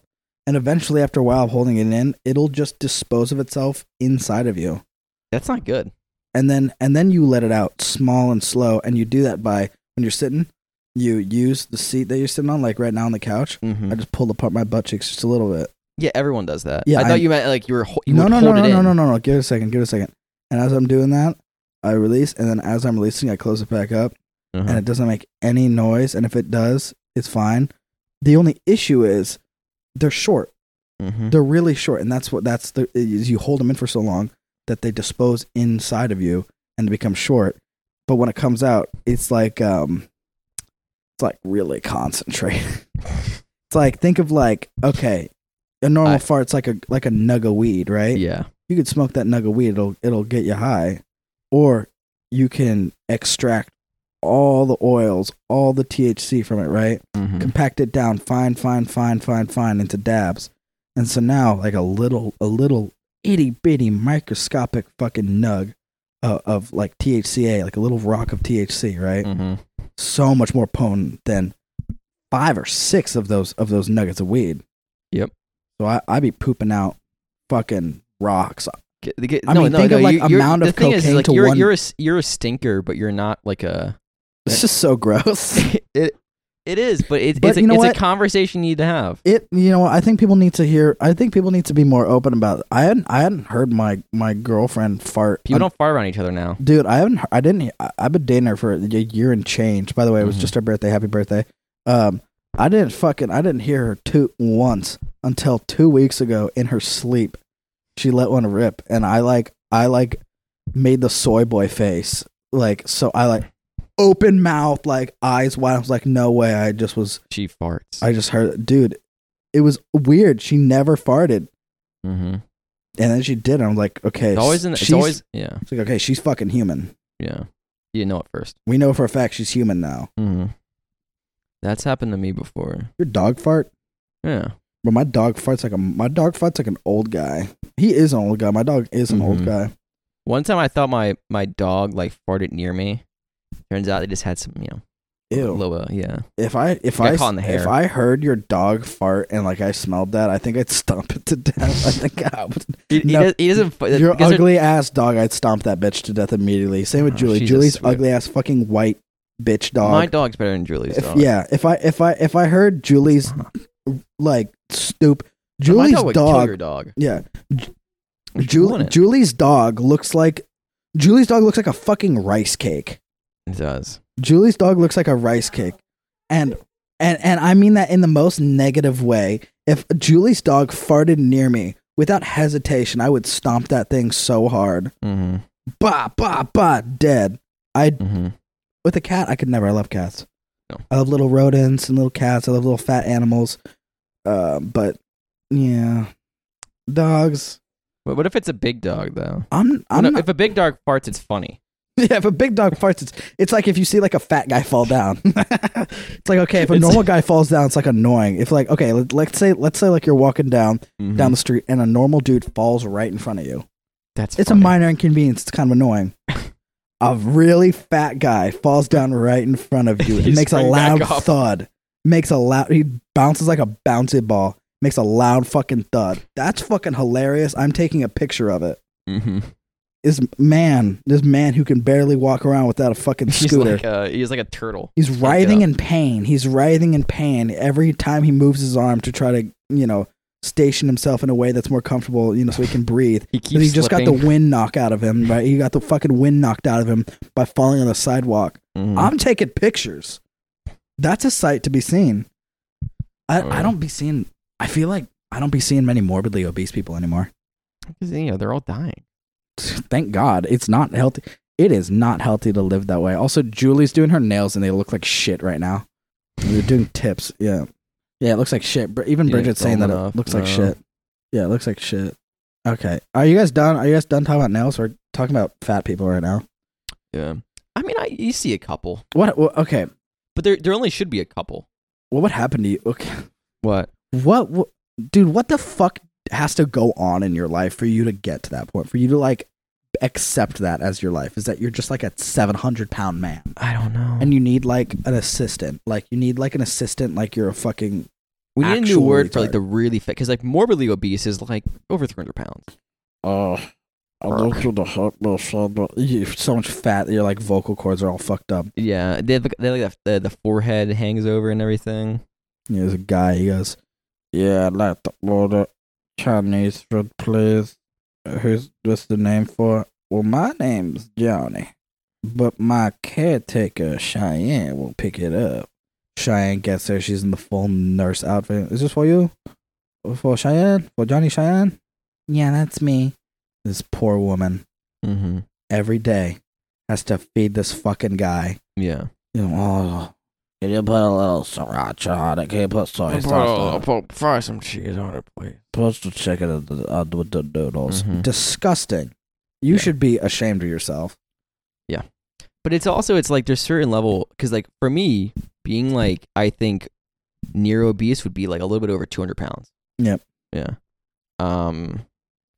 and eventually after a while of holding it in, it'll just dispose of itself inside of you, That's not good. and then and then you let it out small and slow, and you do that by when you're sitting, you use the seat that you're sitting on, like right now on the couch. Mm-hmm. I just pulled apart my butt cheeks just a little bit. Yeah, everyone does that. Yeah, I thought I- you meant like you were ho- you no, would no, no, hold no, it no, in. no, no, no. Give it a second. Give it a second. And as I'm doing that, I release, and then as I'm releasing, I close it back up. Uh-huh. and it doesn't make any noise. And if it does, it's fine. The only issue is they're short. Mhm. They're really short, and that's what that's the is you hold them in for so long that they dispose inside of you and become short. But when it comes out, it's like um, it's like really concentrated. it's like think of like okay, a normal I- fart's like a like a nug of weed, right? Yeah, you could smoke that nug of weed it'll it'll get you high or you can extract all the oils all the thc from it right Mhm. compact it down fine fine fine fine fine into dabs and so now like a little a little itty bitty microscopic fucking nug of, of like thca like a little rock of thc right Mhm. so much more potent than five or six of those of those nuggets of weed Yep. so i i be pooping out fucking rocks G- the g- I no, mean, no, think no, of, like, you- you're- amount the of thing is, is, cocaine like, to you're, one- You're a s- you're a stinker, but you're not like a. It's just so gross. it, it is, but it's But it's, a, you know it's a what? conversation you need to have. It, you know, what, I think people need to hear. I think people need to be more open about. It. I hadn't, I hadn't heard my my girlfriend fart. People I'm- don't fart around each other now. dude. I haven't, I didn't. I, I've been dating her for a year and change. By the way, it was Mhm. just her birthday. Happy birthday. Um, I didn't fucking, I didn't hear her toot once until two weeks ago in her sleep. She let one rip, and I like, I like, made the soy boy face. Like, so I like, open mouth, like eyes wide. I was like, no way. I just was. She farts. I just heard, dude, it was weird. She never farted. Mm-hmm. And then she did. And I'm like, okay. It's always in. It's she's- always yeah, it's like, okay, she's fucking human. yeah. You know it first. We know for a fact she's human now. Mm-hmm. That's happened to me before. Your dog fart? Yeah. But my dog farts like a my dog farts like an old guy. He is an old guy. My dog is an old Mhm. guy. One time I thought my my dog like farted near me. Turns out they just had some you know Ew. loa. Yeah. If I if Got I caught in the hair. if I heard your dog fart and like I smelled that, I think I'd stomp it to death. I think I would. He, he No. does, he doesn't. fu- Your because they're- ugly ass dog, I'd stomp that bitch to death immediately. Same with Oh, Julie. she's a Julie's sweet- ugly ass fucking white bitch dog. My dog's better than Julie's If- dog. yeah, if I if I if I heard Julie's like stoop Julie's my dog would kill dog your dog. Yeah. Which Ju- wouldn't. Julie's dog looks like Julie's dog looks like a fucking rice cake. It does. Julie's dog looks like a rice cake. And and and I mean that in the most negative way. If Julie's dog farted near me without hesitation, I would stomp that thing so hard. Mm-hmm. Bah bah bah dead. I Mm-hmm. with a cat, I could never. I love cats. No. I love little rodents and little cats. I love little fat animals. Uh, but yeah. Dogs. But what if it's a big dog though? I'm I'm No, not if a big dog farts, it's funny. Yeah, if a big dog farts, it's it's like if you see like a fat guy fall down. it's like okay, if a It's- normal guy falls down, it's like annoying. If like okay, let, let's say let's say like you're walking down Mm-hmm. down the street and a normal dude falls right in front of you. That's It's a funny. minor inconvenience. It's kind of annoying. a really fat guy falls down right in front of you. You It makes a spring back loud up. thud. Makes a loud. He bounces like a bouncy ball. Makes a loud fucking thud. That's fucking hilarious. I'm taking a picture of it Mm-hmm. this man, this man who can barely walk around without a fucking He's scooter. like a he's like a turtle. he's up. writhing in pain. He's writhing in pain every time he moves his arm to try to, you know, station himself in a way that's more comfortable, you know, so he can breathe. He 'Cause keeps He just got slipping. the wind knocked out of him, right? He got the fucking wind knocked out of him by falling on the sidewalk. Mhm. I'm taking pictures. That's a sight to be seen. I, I Oh, yeah. don't be seeing. I feel like I don't be seeing many morbidly obese people anymore. 'Cause, you know, they're all dying. thank God it's not healthy. It is not healthy to live that way. Also, Julie's doing her nails and they look like shit right now. They're doing tips. Yeah. Yeah, it looks like shit. Br- Even You didn't Bridget's saying film that enough, it looks like no. shit. Yeah, it looks like shit. Okay. Are you guys done? Are you guys done talking about nails or talking about fat people right now? Yeah. I mean, I you see a couple, What, what okay. but there there only should be a couple. What would happen to you? Okay. What? What, what dude, what the fuck has to go on in your life for you to get to that point? For you to like accept that as your life? Is that you're just like a 700 pound man? I don't know. and you need like an assistant. Like you need like an assistant. Like you're a fucking we need a new actual word for retard. like the really fit because like morbidly obese is like over three hundred pounds. oh. I don't you to hurt me, son. You're so much fat that your like vocal cords are all fucked up. Yeah, they have, they like the, the forehead hangs over and everything. And There's a guy. He goes, "Yeah, I'd like to order Chinese food, please. Who's what's the name for? it?" Well, my name's Johnny, but my caretaker Cheyenne will pick it up. Cheyenne gets there. She's in the full nurse outfit. Is this for you? For Cheyenne? For Johnny Cheyenne? Yeah, that's me. This poor woman Mm-hmm. every day has to feed this fucking guy. Yeah. You know, oh, can you put a little sriracha on it? Can you put Oh, soy sauce on it? fry some cheese on it, please. Plus the chicken and the, uh, with the noodles. Mhm. Disgusting. You Yeah. should be ashamed of yourself. But it's also it's like there's certain level because like for me being like I think near obese would be like a little bit over two hundred pounds. Yep. Yeah. Um,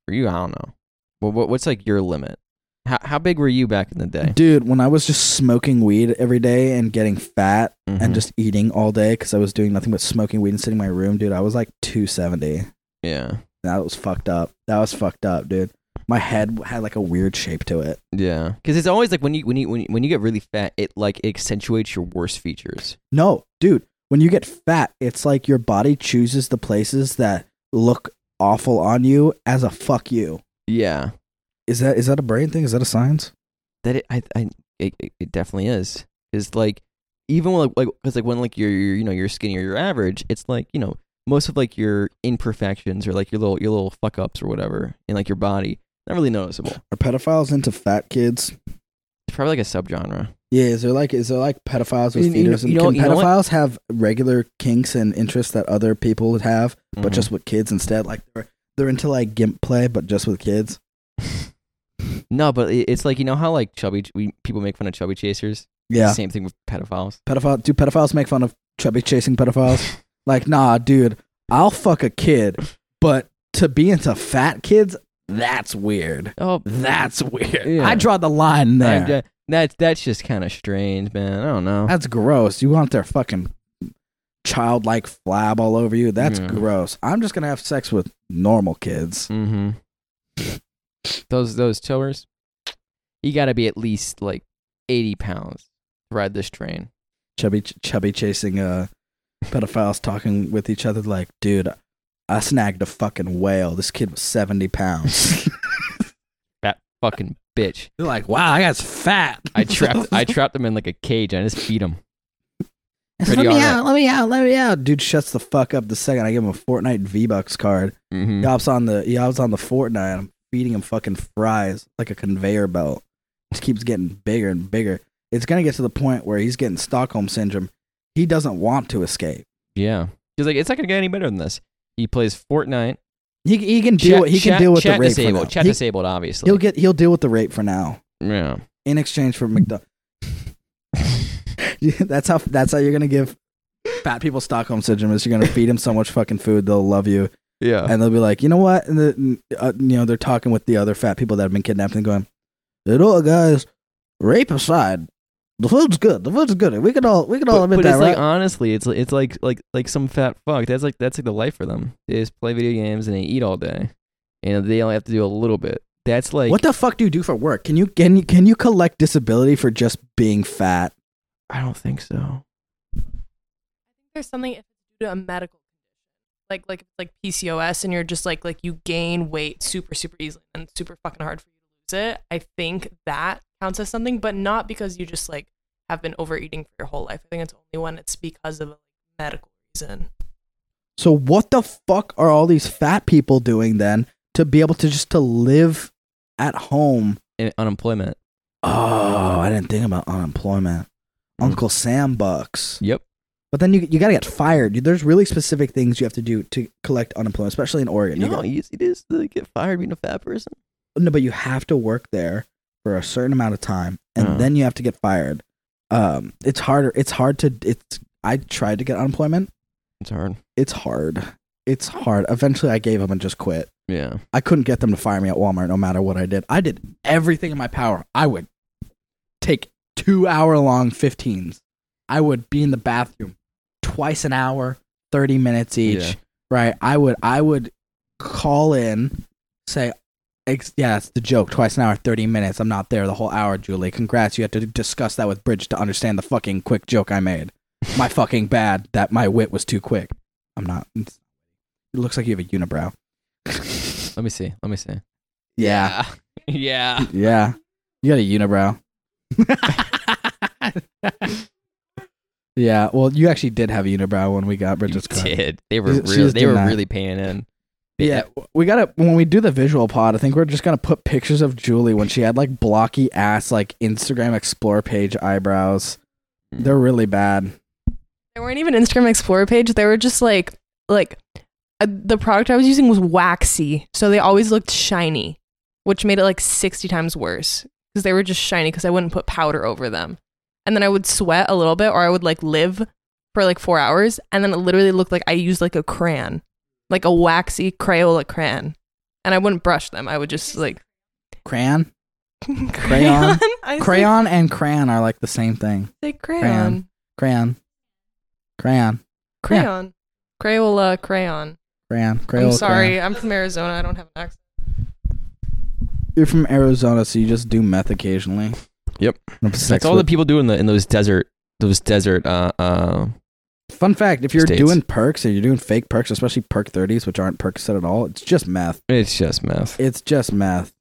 for you, I don't know. What, what what's like your limit? How how big were you back in the day? Dude, when I was just smoking weed every day and getting fat Mm-hmm. and just eating all day because I was doing nothing but smoking weed and sitting in my room, dude, I was like 270. yeah That was fucked up. That was fucked up, dude. My head had like a weird shape to it. yeah because it's always like when you when you when you, when you get really fat it like accentuates your worst features. No, dude, when you get fat, it's like your body chooses the places that look awful on you as a fuck you. Yeah. Is that is that a brain thing? Is that a science? that it I, I it, it- it definitely is is like even when, like because like when like you're, you're you know you're skinny or you're average it's like you know most of like your imperfections or like your little your little fuck ups or whatever in like your body not really noticeable Are pedophiles into fat kids? it's probably like a subgenre Yeah, is there like is there like pedophiles with You- you know- feeders? you know- and you can know what? pedophiles have regular kinks and interests that other people would have, but Mhm. Mm-hmm. just with kids instead? Like there, They're into like gimp play, but just with kids. No, but it- it's like you know how like chubby ch- we, people make fun of chubby chasers. Yeah, Same thing with pedophiles. pedophile. Do pedophiles make fun of chubby chasing pedophiles? like, nah, dude, I'll fuck a kid, but to be into fat kids, that's weird. Oh, That's weird. Yeah. I draw the line there. I'm ju- that's that's just kind of strange, man. I don't know. That's gross. You want their fucking childlike flab all over you? That's Yeah. gross. I'm just gonna have sex with normal kids. Mm-hmm. Those those towers, you gotta be at least like eighty pounds to ride this train. Chubby, chubby chasing uh, pedophiles talking with each other like, dude, I snagged a fucking whale. This kid was 70 pounds. Fat fucking bitch. They're like, wow, I guy's fat. I trapped I trapped them in like a cage. and I just feed them. let pretty me all right. out, let me out, let me out. Dude shuts the fuck up the second I give him a Fortnite V Bucks card. Mm-hmm. He hops on the he hops on the Fortnite. I'm feeding him fucking fries like a conveyor belt. Just keeps getting bigger and bigger. It's gonna get to the point where he's getting Stockholm syndrome. He doesn't want to escape. Yeah, because like it's not gonna get any better than this. He plays Fortnite. He, he can deal. Chat- he can chat- deal with chat the rape for now. disabled. Chat He, disabled, obviously. will get. He'll deal with the rape for now yeah. in exchange for McDonald's. that's how. That's how you're gonna give fat people Stockholm syndrome. Is you're gonna feed them so much fucking food they'll love you. yeah. and they'll be like, you know what? And the, uh, you know, they're talking with the other fat people that have been kidnapped and going, you know, what, guys, rape aside, the food's good. The food's good. We could all we could all but, admit but that, it's right? like uh, honestly, it's like- it's like like like some fat fuck. That's like that's like the life for them. They just play video games and they eat all day, and they only have to do a little bit. That's like what the fuck do you do for work? Can you can you, can you collect disability for just being fat? I don't think so. there's something if it's due to a medical condition, like like like PCOS, and you're just like like you gain weight super super easily and it's super fucking hard for you to lose it. I think that counts as something, but not because you just like have been overeating for your whole life. I think it's only when it's because of a medical reason. So what the fuck are all these fat people doing then to be able to just to live at home? And unemployment. Oh, I didn't think about unemployment. Mm. Uncle Sam bucks. Yep. But then you you gotta get fired. You- There's really specific things you have to do to collect unemployment, especially in Oregon. You You know how got- easy it is to get fired being a fat person. no, but you have to work there for a certain amount of time, and Uh-huh. then you have to get fired. Um, it's harder. It's hard to. It's. I tried to get unemployment. It's hard. It's hard. It's hard. Eventually, I gave up and just quit. Yeah. I couldn't get them to fire me at Walmart, no matter what I did. I did everything in my power. I would take two hour long 15s. I would be in the bathroom twice an hour, 30 minutes each. Yeah. Right. I would I would call in, say, ex- yeah, that's the joke. Twice an hour, 30 minutes. I'm not there the whole hour, Julie. Congrats. You had to discuss that with Bridge to understand the fucking quick joke I made. My fucking bad that my wit was too quick. I'm not. It looks like you have a unibrow. Let me see. Let me see. yeah. Yeah. Yeah. You got a unibrow. yeah. Well, you actually did have a unibrow when we got Bridget's You car. did. They were She- she really, just they did were not. really paying in. Yeah. We got to when we do the visual pod, I think we're just going to put pictures of Julie when she had like blocky ass like Instagram explore page eyebrows. Hmm. They're really bad. They weren't even Instagram Explorer page. They were just like like uh, the product I was using was waxy, so they always looked shiny, which made it like sixty times worse because they were just shiny because I wouldn't put powder over them, and then I would sweat a little bit or I would like live for like four hours, and then it literally looked like I used like a crayon, like a waxy Crayola crayon, and I wouldn't brush them. I would just like Crayon? crayon, Crayon? I Crayon and crayon are like the same thing. Say, say crayon, Crayon. Crayon. crayon, Crayola crayon. Crayon. Crayon. I'm sorry, I'm from Arizona. I don't have an accent. You're from Arizona, so you just do meth occasionally. Yep. I'm obsessed That's all with the people do in the in those desert those desert uh uh Fun fact: If you're States. doing perks or you're doing fake perks, especially perk thirties, which aren't perks at all, it's just meth. it's just meth. It's just meth.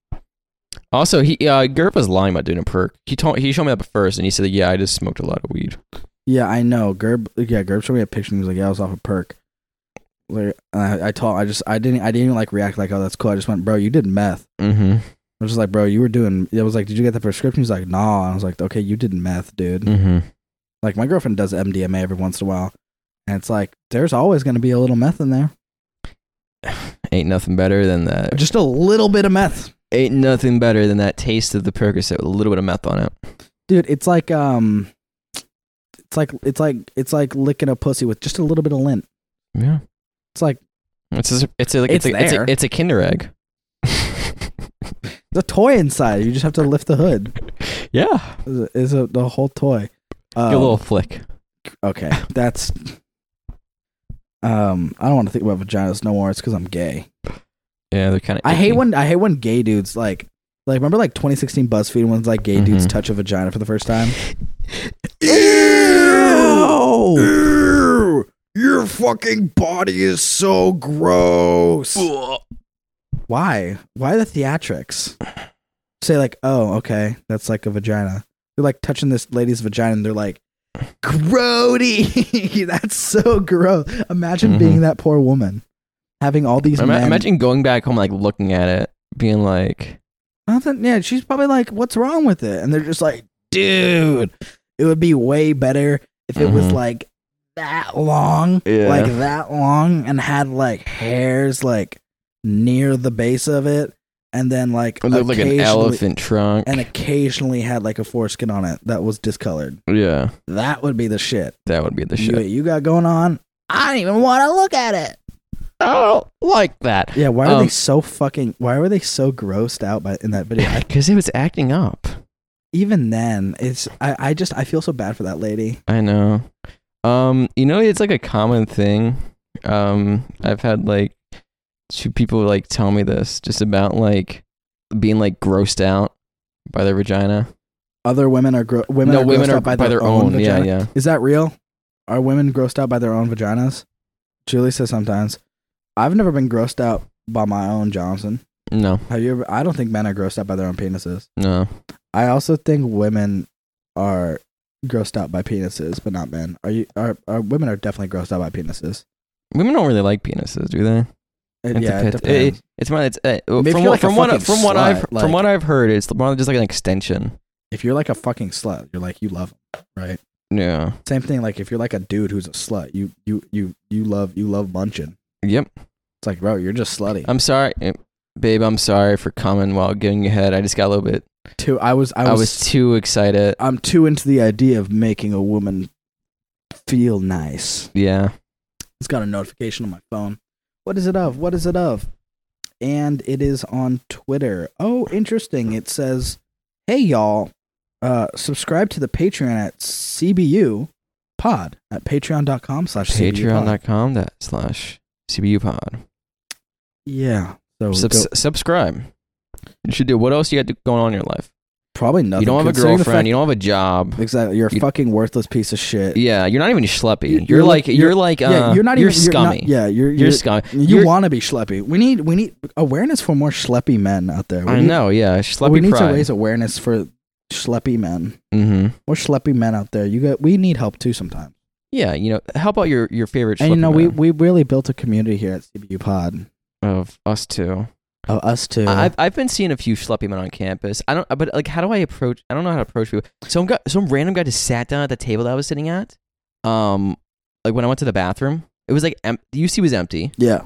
Also, he uh, Gerp was lying about doing a perk. He told he showed me that first, and he said, "Yeah, I just smoked a lot of weed." Yeah, I know. Gerb, yeah, Gerb showed me a picture. and He was like, "Yeah, I was off a perk." Like, and I, I told, I just, I didn't, I didn't even like react like, "Oh, that's cool." I just went, "Bro, you did meth." Mm-hmm. I was just like, "Bro, you were doing." I was like, "Did you get the prescription?" He's like, "Nah." And I was like, "Okay, you did meth, dude." Mm-hmm. Like my girlfriend does MDMA every once in a while, and it's like there's always going to be a little meth in there. Ain't nothing better than that. Just a little bit of meth, Ain't nothing better than that taste of the Percocet with a little bit of meth on it. dude. It's like um, it's like it's like it's like licking a pussy with just a little bit of lint. Yeah. It's like It's a, it's a, like, It's it's, a, it's, there. a, it's a Kinder egg. the toy inside. You just have to lift the hood. yeah. Is a, is a the whole toy. Um, a little flick. Okay, that's. Um, I don't want to think about vaginas no more. It's because I'm gay. Yeah, they're kind of. I hate when I hate when gay dudes like like remember like 2016 BuzzFeed ones like gay dudes Mhm. touch a vagina for the first time. Ew! Ew, your fucking body is so gross. Why? Why the theatrics? Say like, oh, okay, that's like a vagina. They're like touching this lady's vagina, and they're like, grody. that's so gross. Imagine Mhm. being that poor woman, having all these. Ima- men- Imagine going back home, like looking at it, being like, Nothing. Yeah, she's probably like, "What's wrong with it?" And they're just like, "Dude, it would be way better if it was Mhm. like that long, Yeah. like that long, and had like hairs like near the base of it, and then like it looked like an occasionally- elephant trunk. and occasionally had like a foreskin on it that was discolored. yeah, That would be the shit. that would be the You, shit. you got going on. I don't even want to look at it. Oh, like that. Yeah, why were they Um, so fucking? Why were they so grossed out by in that video? I Because it was acting up. even then it's I, I just i feel so bad for that lady I know. Um, you know, it's like a common thing. Um, I've had like two people like tell me this just about like being like grossed out by their vagina. other women are gro- women no, are women grossed are out by, their, own, yeah, vagina. yeah. is that real are women grossed out by their own vaginas julie says sometimes i've never been grossed out by my own johnson No, have you ever i don't think men are grossed out by their own penises no. i also think women are grossed out by penises but not men are you are, are women are definitely grossed out by penises Women don't really like penises, do they? It- It yeah it depends. depends It- it's more. It's uh, from, if what, you're like a from what fucking from what I've slut, like- from what I've heard, it's more just like an extension. if you're like a fucking slut you're like you love 'em, right Yeah. Same thing. Like if you're like a dude who's a slut, you you you you love you love munching. Yep. It's like, bro, you're just slutty. I'm sorry, eh, babe. I'm sorry for coming while getting your head. I just got a little bit. too. I was I was, Uh, I was too excited. I'm too into the idea of making a woman feel nice. Yeah. It's got a notification on my phone. What is it of? What is it of? And it is on Twitter. Oh, interesting. It says, "Hey y'all, uh, subscribe to the Patreon at CBU Pod at patreon.com slash CBU pod." Patreon.com that slash CBU pod. Yeah. So go- Subs- subscribe. You should do. What else you got to- going on in your life? probably nothing. you don't have a Considering the girlfriend. fact- you don't have a job. Exactly. You're a You- fucking worthless piece of shit. Yeah. You're not even schleppy. You- You're, you're like- like, you're- you're like uh, yeah, you're not even you're not- scummy. yeah, you're You're, you're, scummy. you you're- want to be schleppy. We need we need awareness for more schleppy men out there. We I need, know. Yeah. Schleppy we need pride. to raise awareness for schleppy men. mm-hmm. More schleppy men out there. You got we need help too sometimes. Yeah. You know. How about your your favorite? and you schleppy know we man? we really built a community here at CBU Pod of us too. of us too. I've I've been seeing a few schleppy men on campus. I don't. But like, how do I approach? I don't know how to approach people. Some guy, some random guy, just sat down at the table that I was sitting at. Um, like when I went to the bathroom, it was like em- the UC was empty. yeah.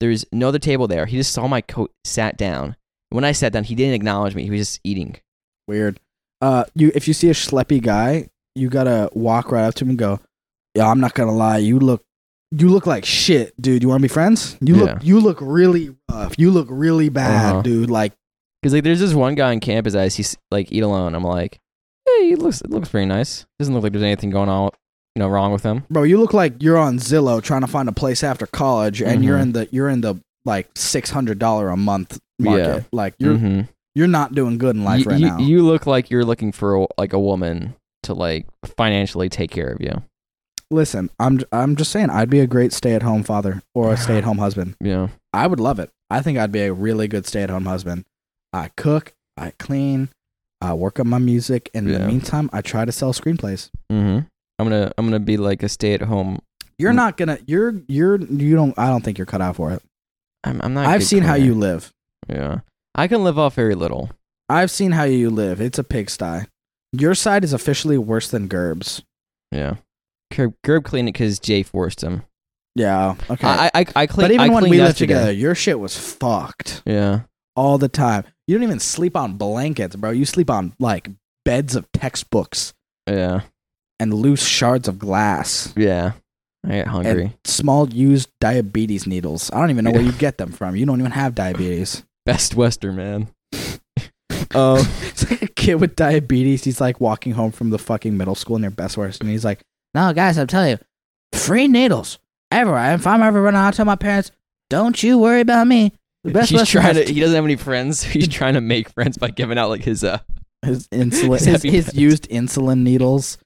There's no other table there. He just saw my coat, sat down. When I sat down, he didn't acknowledge me. He was just eating. Weird. Uh you if you see a schleppy guy, you got to walk right up to him and go, "Yeah, I'm not going to lie. You look you look like shit, dude. You want to be friends? You Yeah. look you look really rough. You look really bad, Uh-huh. dude. Like Cause like there's this one guy on campus that I see like eat alone. I'm like, hey, he looks it looks pretty nice. Doesn't look like there's anything going on, you know, wrong with him. Bro, you look like you're on Zillow trying to find a place after college, and you're Mhm. in the you're in the like six hundred dollar a month market. Yeah. Like you're mm-hmm. you're not doing good in life you, right you, now. you look like you're looking for a, like a woman to like financially take care of you. Listen, I'm j- I'm just saying, I'd be a great stay at home father or a stay at home husband. Yeah. I would love it. I think I'd be a really good stay at home husband. I cook, I clean, I work on my music, and in the Yeah. meantime, I try to sell screenplays. Mm-hmm. I'm gonna I'm gonna be like a stay at home. You're Mm. not gonna. You're you're you don't. I don't think you're cut out for it. I'm, I'm not. a I've good seen how cleaner. you live. Yeah. I can live off very little. I've seen how you live. It's a pigsty. Your side is officially worse than Gerb's. Yeah. Curb, curb clean it because Jay forced him. Yeah. Okay. I I I, I clean, but even I when cleaned we lived yesterday. together, your shit was fucked Yeah. all the time. You don't even sleep on blankets, bro. You sleep on like beds of textbooks Yeah. and loose shards of glass. Yeah. I get hungry. And small used diabetes needles. I don't even know where you get them from. You don't even have diabetes. Best Western man. um It's like a kid with diabetes. He's like walking home from the fucking middle school in their best worst, and he's like, "No, guys, I'm telling you, free needles everywhere. If I'm ever running out, I tell my parents, don't you worry about me. The best he's Western trying has to, he doesn't have any friends. so He's trying to make friends by giving out like his uh his insulin, his, He's happy his pets. used insulin needles.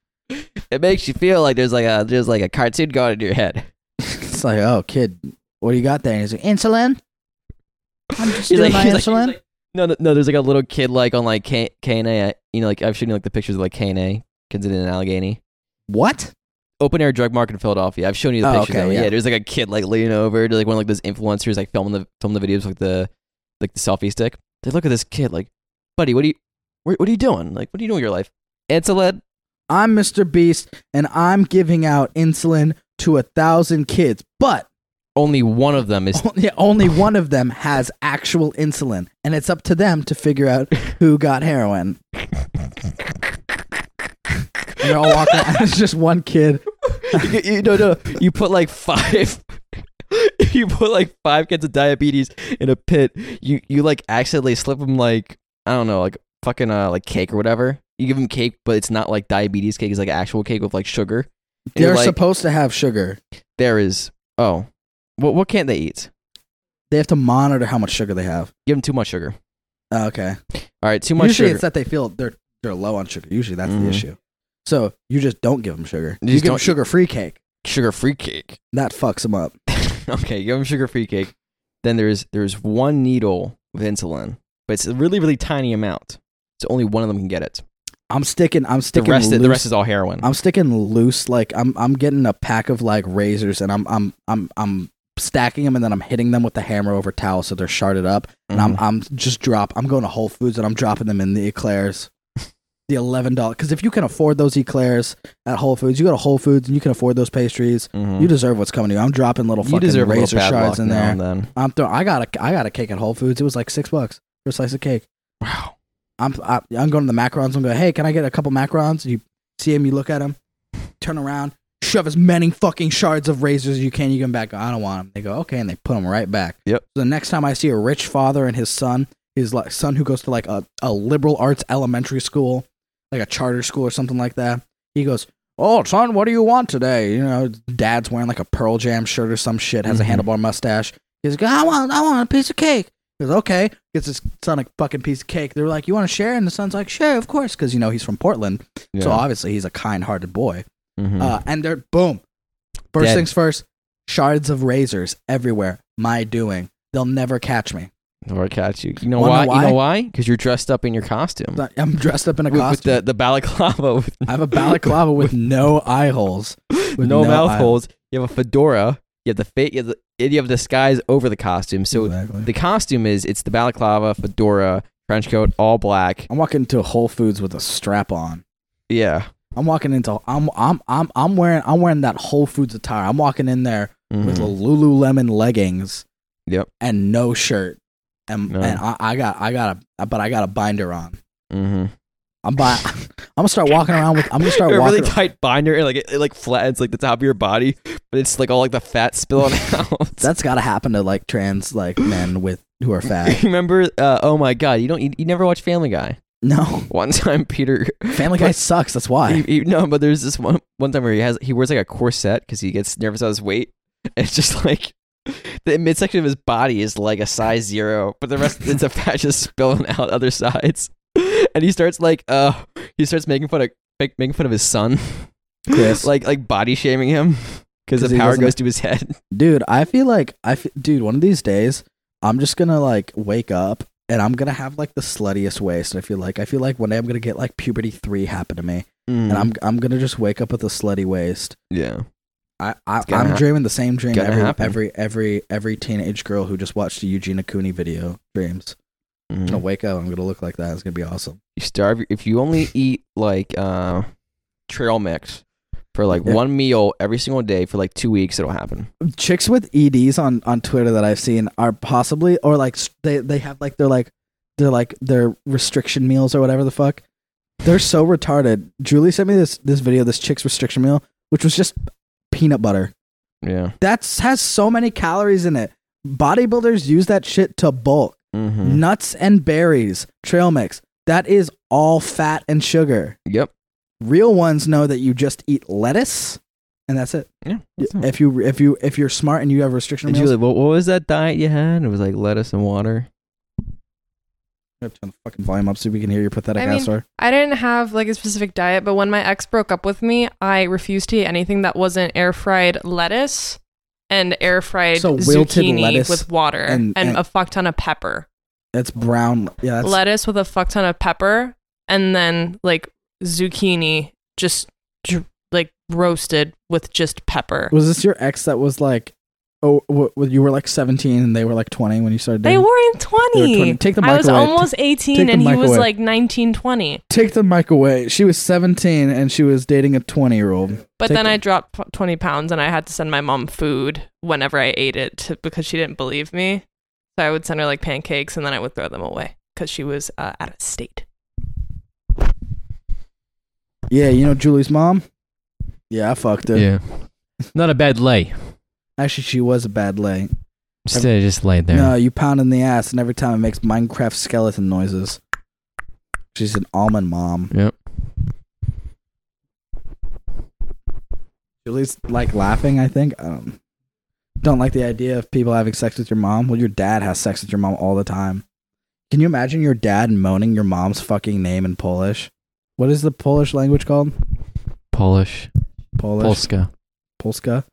it makes you feel like there's like a there's like a cartoon going in your head. It's like, oh, kid, what do you got there? And he's like, insulin. I'm just He's doing like- my he's like- insulin. No, no, no, there's like a little kid like on like K and A. You know, like I've seen like the pictures of like K and A, kids in Allegheny. what? Open air drug market in Philadelphia. I've shown you the Oh, pictures. okay, of it. yeah. yeah. there's like a kid like leaning over to like one of like those influencers like filming the film the videos with the like the selfie stick. They look at this kid like, buddy, what are you, what, what are you doing? Like, what are you doing with your life? It's a lead. I'm Mr. Beast, and I'm giving out insulin to a thousand kids, but Only one of them is only, only one of them has actual insulin, and it's up to them to figure out who got heroin. And they're all walking. around. It's just one kid. you, you, no, no. You put like five. you put like five kids with diabetes in a pit. You you like accidentally slip them like I don't know like fucking uh like cake or whatever. You give them cake, but it's not like diabetes cake. It's like actual cake with like sugar. And you're They're like, supposed to have sugar. there is oh, what what can't they eat? They have to monitor how much sugar they have. Give them too much sugar. Oh, okay. All right, too much Usually, sugar. it's that they feel they're they're low on sugar. Usually, that's the Mhm. issue. So you just don't give them sugar. You You, give just them don't- sugar free cake. sugar free cake. That fucks them up. okay, give them sugar free cake. Then there's there's one needle with insulin, but it's a really really tiny amount. So only one of them can get it. I'm sticking. I'm The sticking. rest loose. the rest is all heroin. I'm sticking loose. Like I'm I'm getting a pack of like razors and I'm I'm I'm I'm stacking them and then I'm hitting them with the hammer over towel so they're sharded up. And Mm-hmm. I'm I'm just drop. I'm going to Whole Foods and I'm dropping them in the eclairs. The eleven dollar because if you can afford those eclairs at Whole Foods, you go to Whole Foods and you can afford those pastries. Mhm. You deserve what's coming to you. I'm dropping little You fucking a little razor bad shards luck in now there. and then. I'm throwing. I got a I got a cake at Whole Foods. It was like six bucks for a slice of cake. Wow. I'm I, I'm going to the macarons. I'm going, hey, can I get a couple macarons? You see him, you look at him, turn around, shove as many fucking shards of razors as you can. You come back. I don't want them. They go, okay, and they put them right back. Yep. So the next time I see a rich father and his son, his like, son who goes to like a, a liberal arts elementary school, like a charter school or something like that, he goes, oh son, what do you want today? You know, dad's wearing like a Pearl Jam shirt or some shit, has Mhm. a handlebar mustache. He's like, I want, I want a piece of cake. He goes, okay. Gets his son a fucking piece of cake. They're like, you want to share? And the son's like, sure, of course. Because, you know, he's from Portland. So obviously he's a kind hearted boy. Mhm. Uh, and they're, boom. First Dead. things first, shards of razors everywhere. My doing. They'll never catch me. Never catch you. You know wanna why? know You know why? why? Because you're dressed up in your costume. But I'm dressed up in a Mm. With- with, costume. the, the balaclava with I have a balaclava with no eye holes. no, no mouth eye- holes. You have a fedora. You have the fa- you have the, you have the disguise over the costume. So Exactly. the costume is it's the balaclava, fedora, trench coat, all black. I'm walking into Whole Foods with a strap on. Yeah. I'm walking into I'm I'm I'm I'm wearing I'm wearing that Whole Foods attire. I'm walking in there with the Mhm. Lululemon leggings. Yep. And no shirt. And No. and I, I got I got a but I got a binder on. Mhm. I'm buy, I'm gonna start walking around with I'm gonna start a walking really tight binder, and like it, it like flattens like the top of your body, but it's like all like the fat spilling out. that's gotta happen to like trans like men with who are fat. Remember? Uh, oh my god! You don't. You, you never watch Family Guy. No. One time, Peter. Family Guy sucks, that's why. He, he- no, but there's this one one time where he has he wears like a corset because he gets nervous about his weight. And it's just like the midsection of his body is like a size zero, but the rest it's a fat just spilling out other sides. And he starts like uh he starts making fun of make, making fun of his son, Chris. like like body shaming him 'Cause because the he power doesn't- goes to his head. Dude, I feel like I f- dude, one of these days I'm just going to like wake up and I'm going to have like the sluttiest waist. I feel like I feel like one day I'm going to get like puberty 3 happen to me and I'm I'm going to just wake up with a slutty waist. Mm, yeah. I, I gonna I'm hap- dreaming the same dream gonna every happen. every every every teenage girl who just watched the Eugene Cooney video dreams. I'm Mhm. going to wake up, I'm going to look like that. It's going to be awesome. You starve if you only eat like uh trail mix for like Yeah. one meal every single day for like two weeks. It'll happen. chicks with eds on on twitter that i've seen are possibly or like s- they they have like they're like they're like their restriction meals or whatever the fuck they're so retarded julie sent me this this video this chick's restriction meal which was just peanut butter Yeah. that's has so many calories in it bodybuilders use that shit to bulk Mm-hmm. nuts and berries trail mix that is all fat and sugar Yep. real ones know that you just eat lettuce and that's it Yeah. if you if you if you're smart and you have restriction And meals Julie, what, what was that diet you had? It was like lettuce and water. I'm gonna turn the fucking volume up so we can hear your pathetic I mean- ass story. I didn't have like a specific diet, but when my ex broke up with me, I refused to eat anything that wasn't air fried lettuce and air fried So wilted zucchini lettuce with water and- and, and- a fuck ton of pepper. That's brown. Yeah, that's, lettuce with a fuck ton of pepper and then like zucchini just dr- like roasted with just pepper. was this your ex that was like, oh, w- w- you were like 17 and they were like 20 when you started They dating? weren't They were 20. 20. Take the mic I was away. almost take 18 the and he mic was away. like 19, 20. Take the mic away. She was 17 and she was dating a 20 year old. But Take then the- I dropped p- 20 pounds and I had to send my mom food whenever I ate it to, because she didn't believe me. So I would send her like pancakes and then I would throw them away because she was uh, out of state. Yeah, you know Julie's mom? Yeah, I fucked her. Yeah. Not a bad lay. Actually, she was a bad lay. Just, uh, just laid there. No, you pound in the ass and every time it makes Minecraft skeleton noises. She's an almond mom. Yep. Julie's like laughing, I think. I don't, don't like the idea of people having sex with your mom. Well, your dad has sex with your mom all the time. Can you imagine your dad moaning your mom's fucking name in Polish? What is the Polish language called? Polish. Polish? Polska. Polska?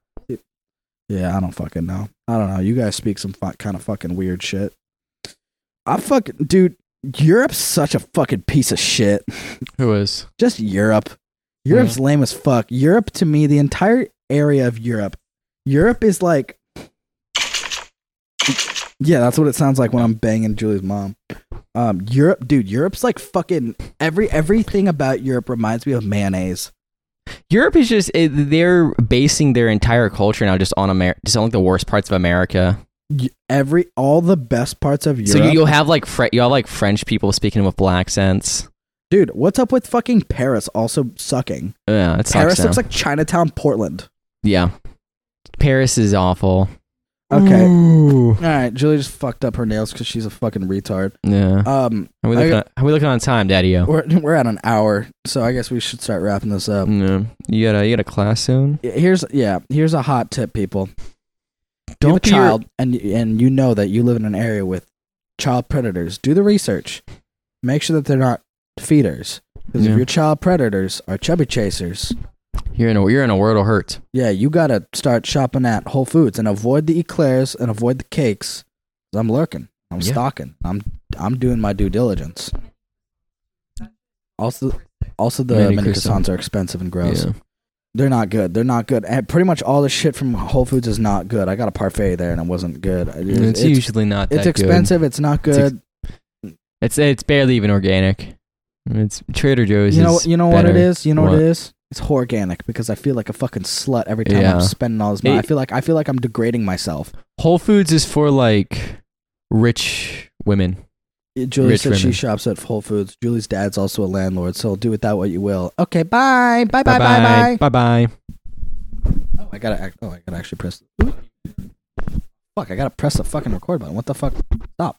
Yeah, I don't fucking know. I don't know. You guys speak some fu- kind of fucking weird shit. I fucking, dude, Europe's such a fucking piece of shit. Who is? just Europe. Europe's Mm-hmm. lame as fuck. Europe to me, the entire area of Europe. Europe is like Yeah, that's what it sounds like when I'm banging Julie's mom. Um Europe, dude, Europe's like fucking every everything about Europe reminds me of mayonnaise. Europe is just eh, they're basing their entire culture now just on America, just on like the worst parts of America. Y- Every all the best parts of Europe. So you, you'll have like Fre- you'll have like French people speaking with black accents. dude, what's up with fucking Paris also sucking? Yeah, it sucks Paris now. looks like Chinatown Portland. yeah, Paris is awful. Mm. Okay. Ooh. All right, Julie just fucked up her nails cuz she's a fucking retard. Yeah. Um How we I looking? got- on, how we looking on time, Daddy? O. we're we're at an hour, so I guess we should start wrapping this up. Yeah. You got a you got a class soon. Here's yeah, here's a hot tip, people. Don't Don't be you your- have a child, and and you know that you live in an area with child predators. Do the research. Make sure that they're not feeders, because Yeah. if your child predators are chubby chasers, You're in a you're in a world of hurt. yeah, you gotta start shopping at Whole Foods and avoid the eclairs and avoid the cakes. 'Cause I'm lurking. I'm Yeah. stalking. I'm I'm doing my due diligence. Also, also the Mini mini, croissant. croissants are expensive and gross. Yeah. They're not good. They're not good. And pretty much all the shit from Whole Foods is not good. I got a parfait there and it wasn't good. I- It's, It's, it's, it's, usually not. that good. expensive. It's not It's ex- good. It's it's barely even organic. It's Trader Joe's. you know. is You know what it better. is. You know what? What? it is. It's organic because I feel like a fucking slut every time Yeah. I'm spending all this money. It- I feel like I feel like I'm degrading myself. Whole Foods is for like rich women. Julie Rich said she women. shops at Whole Foods. Julie's dad's also a landlord, so do with that what you will. Okay, bye, bye, bye, bye, bye. Bye bye. Oh, I gotta. act- Oh, I gotta actually press. Fuck! I gotta press the fucking record button. What the fuck? Stop.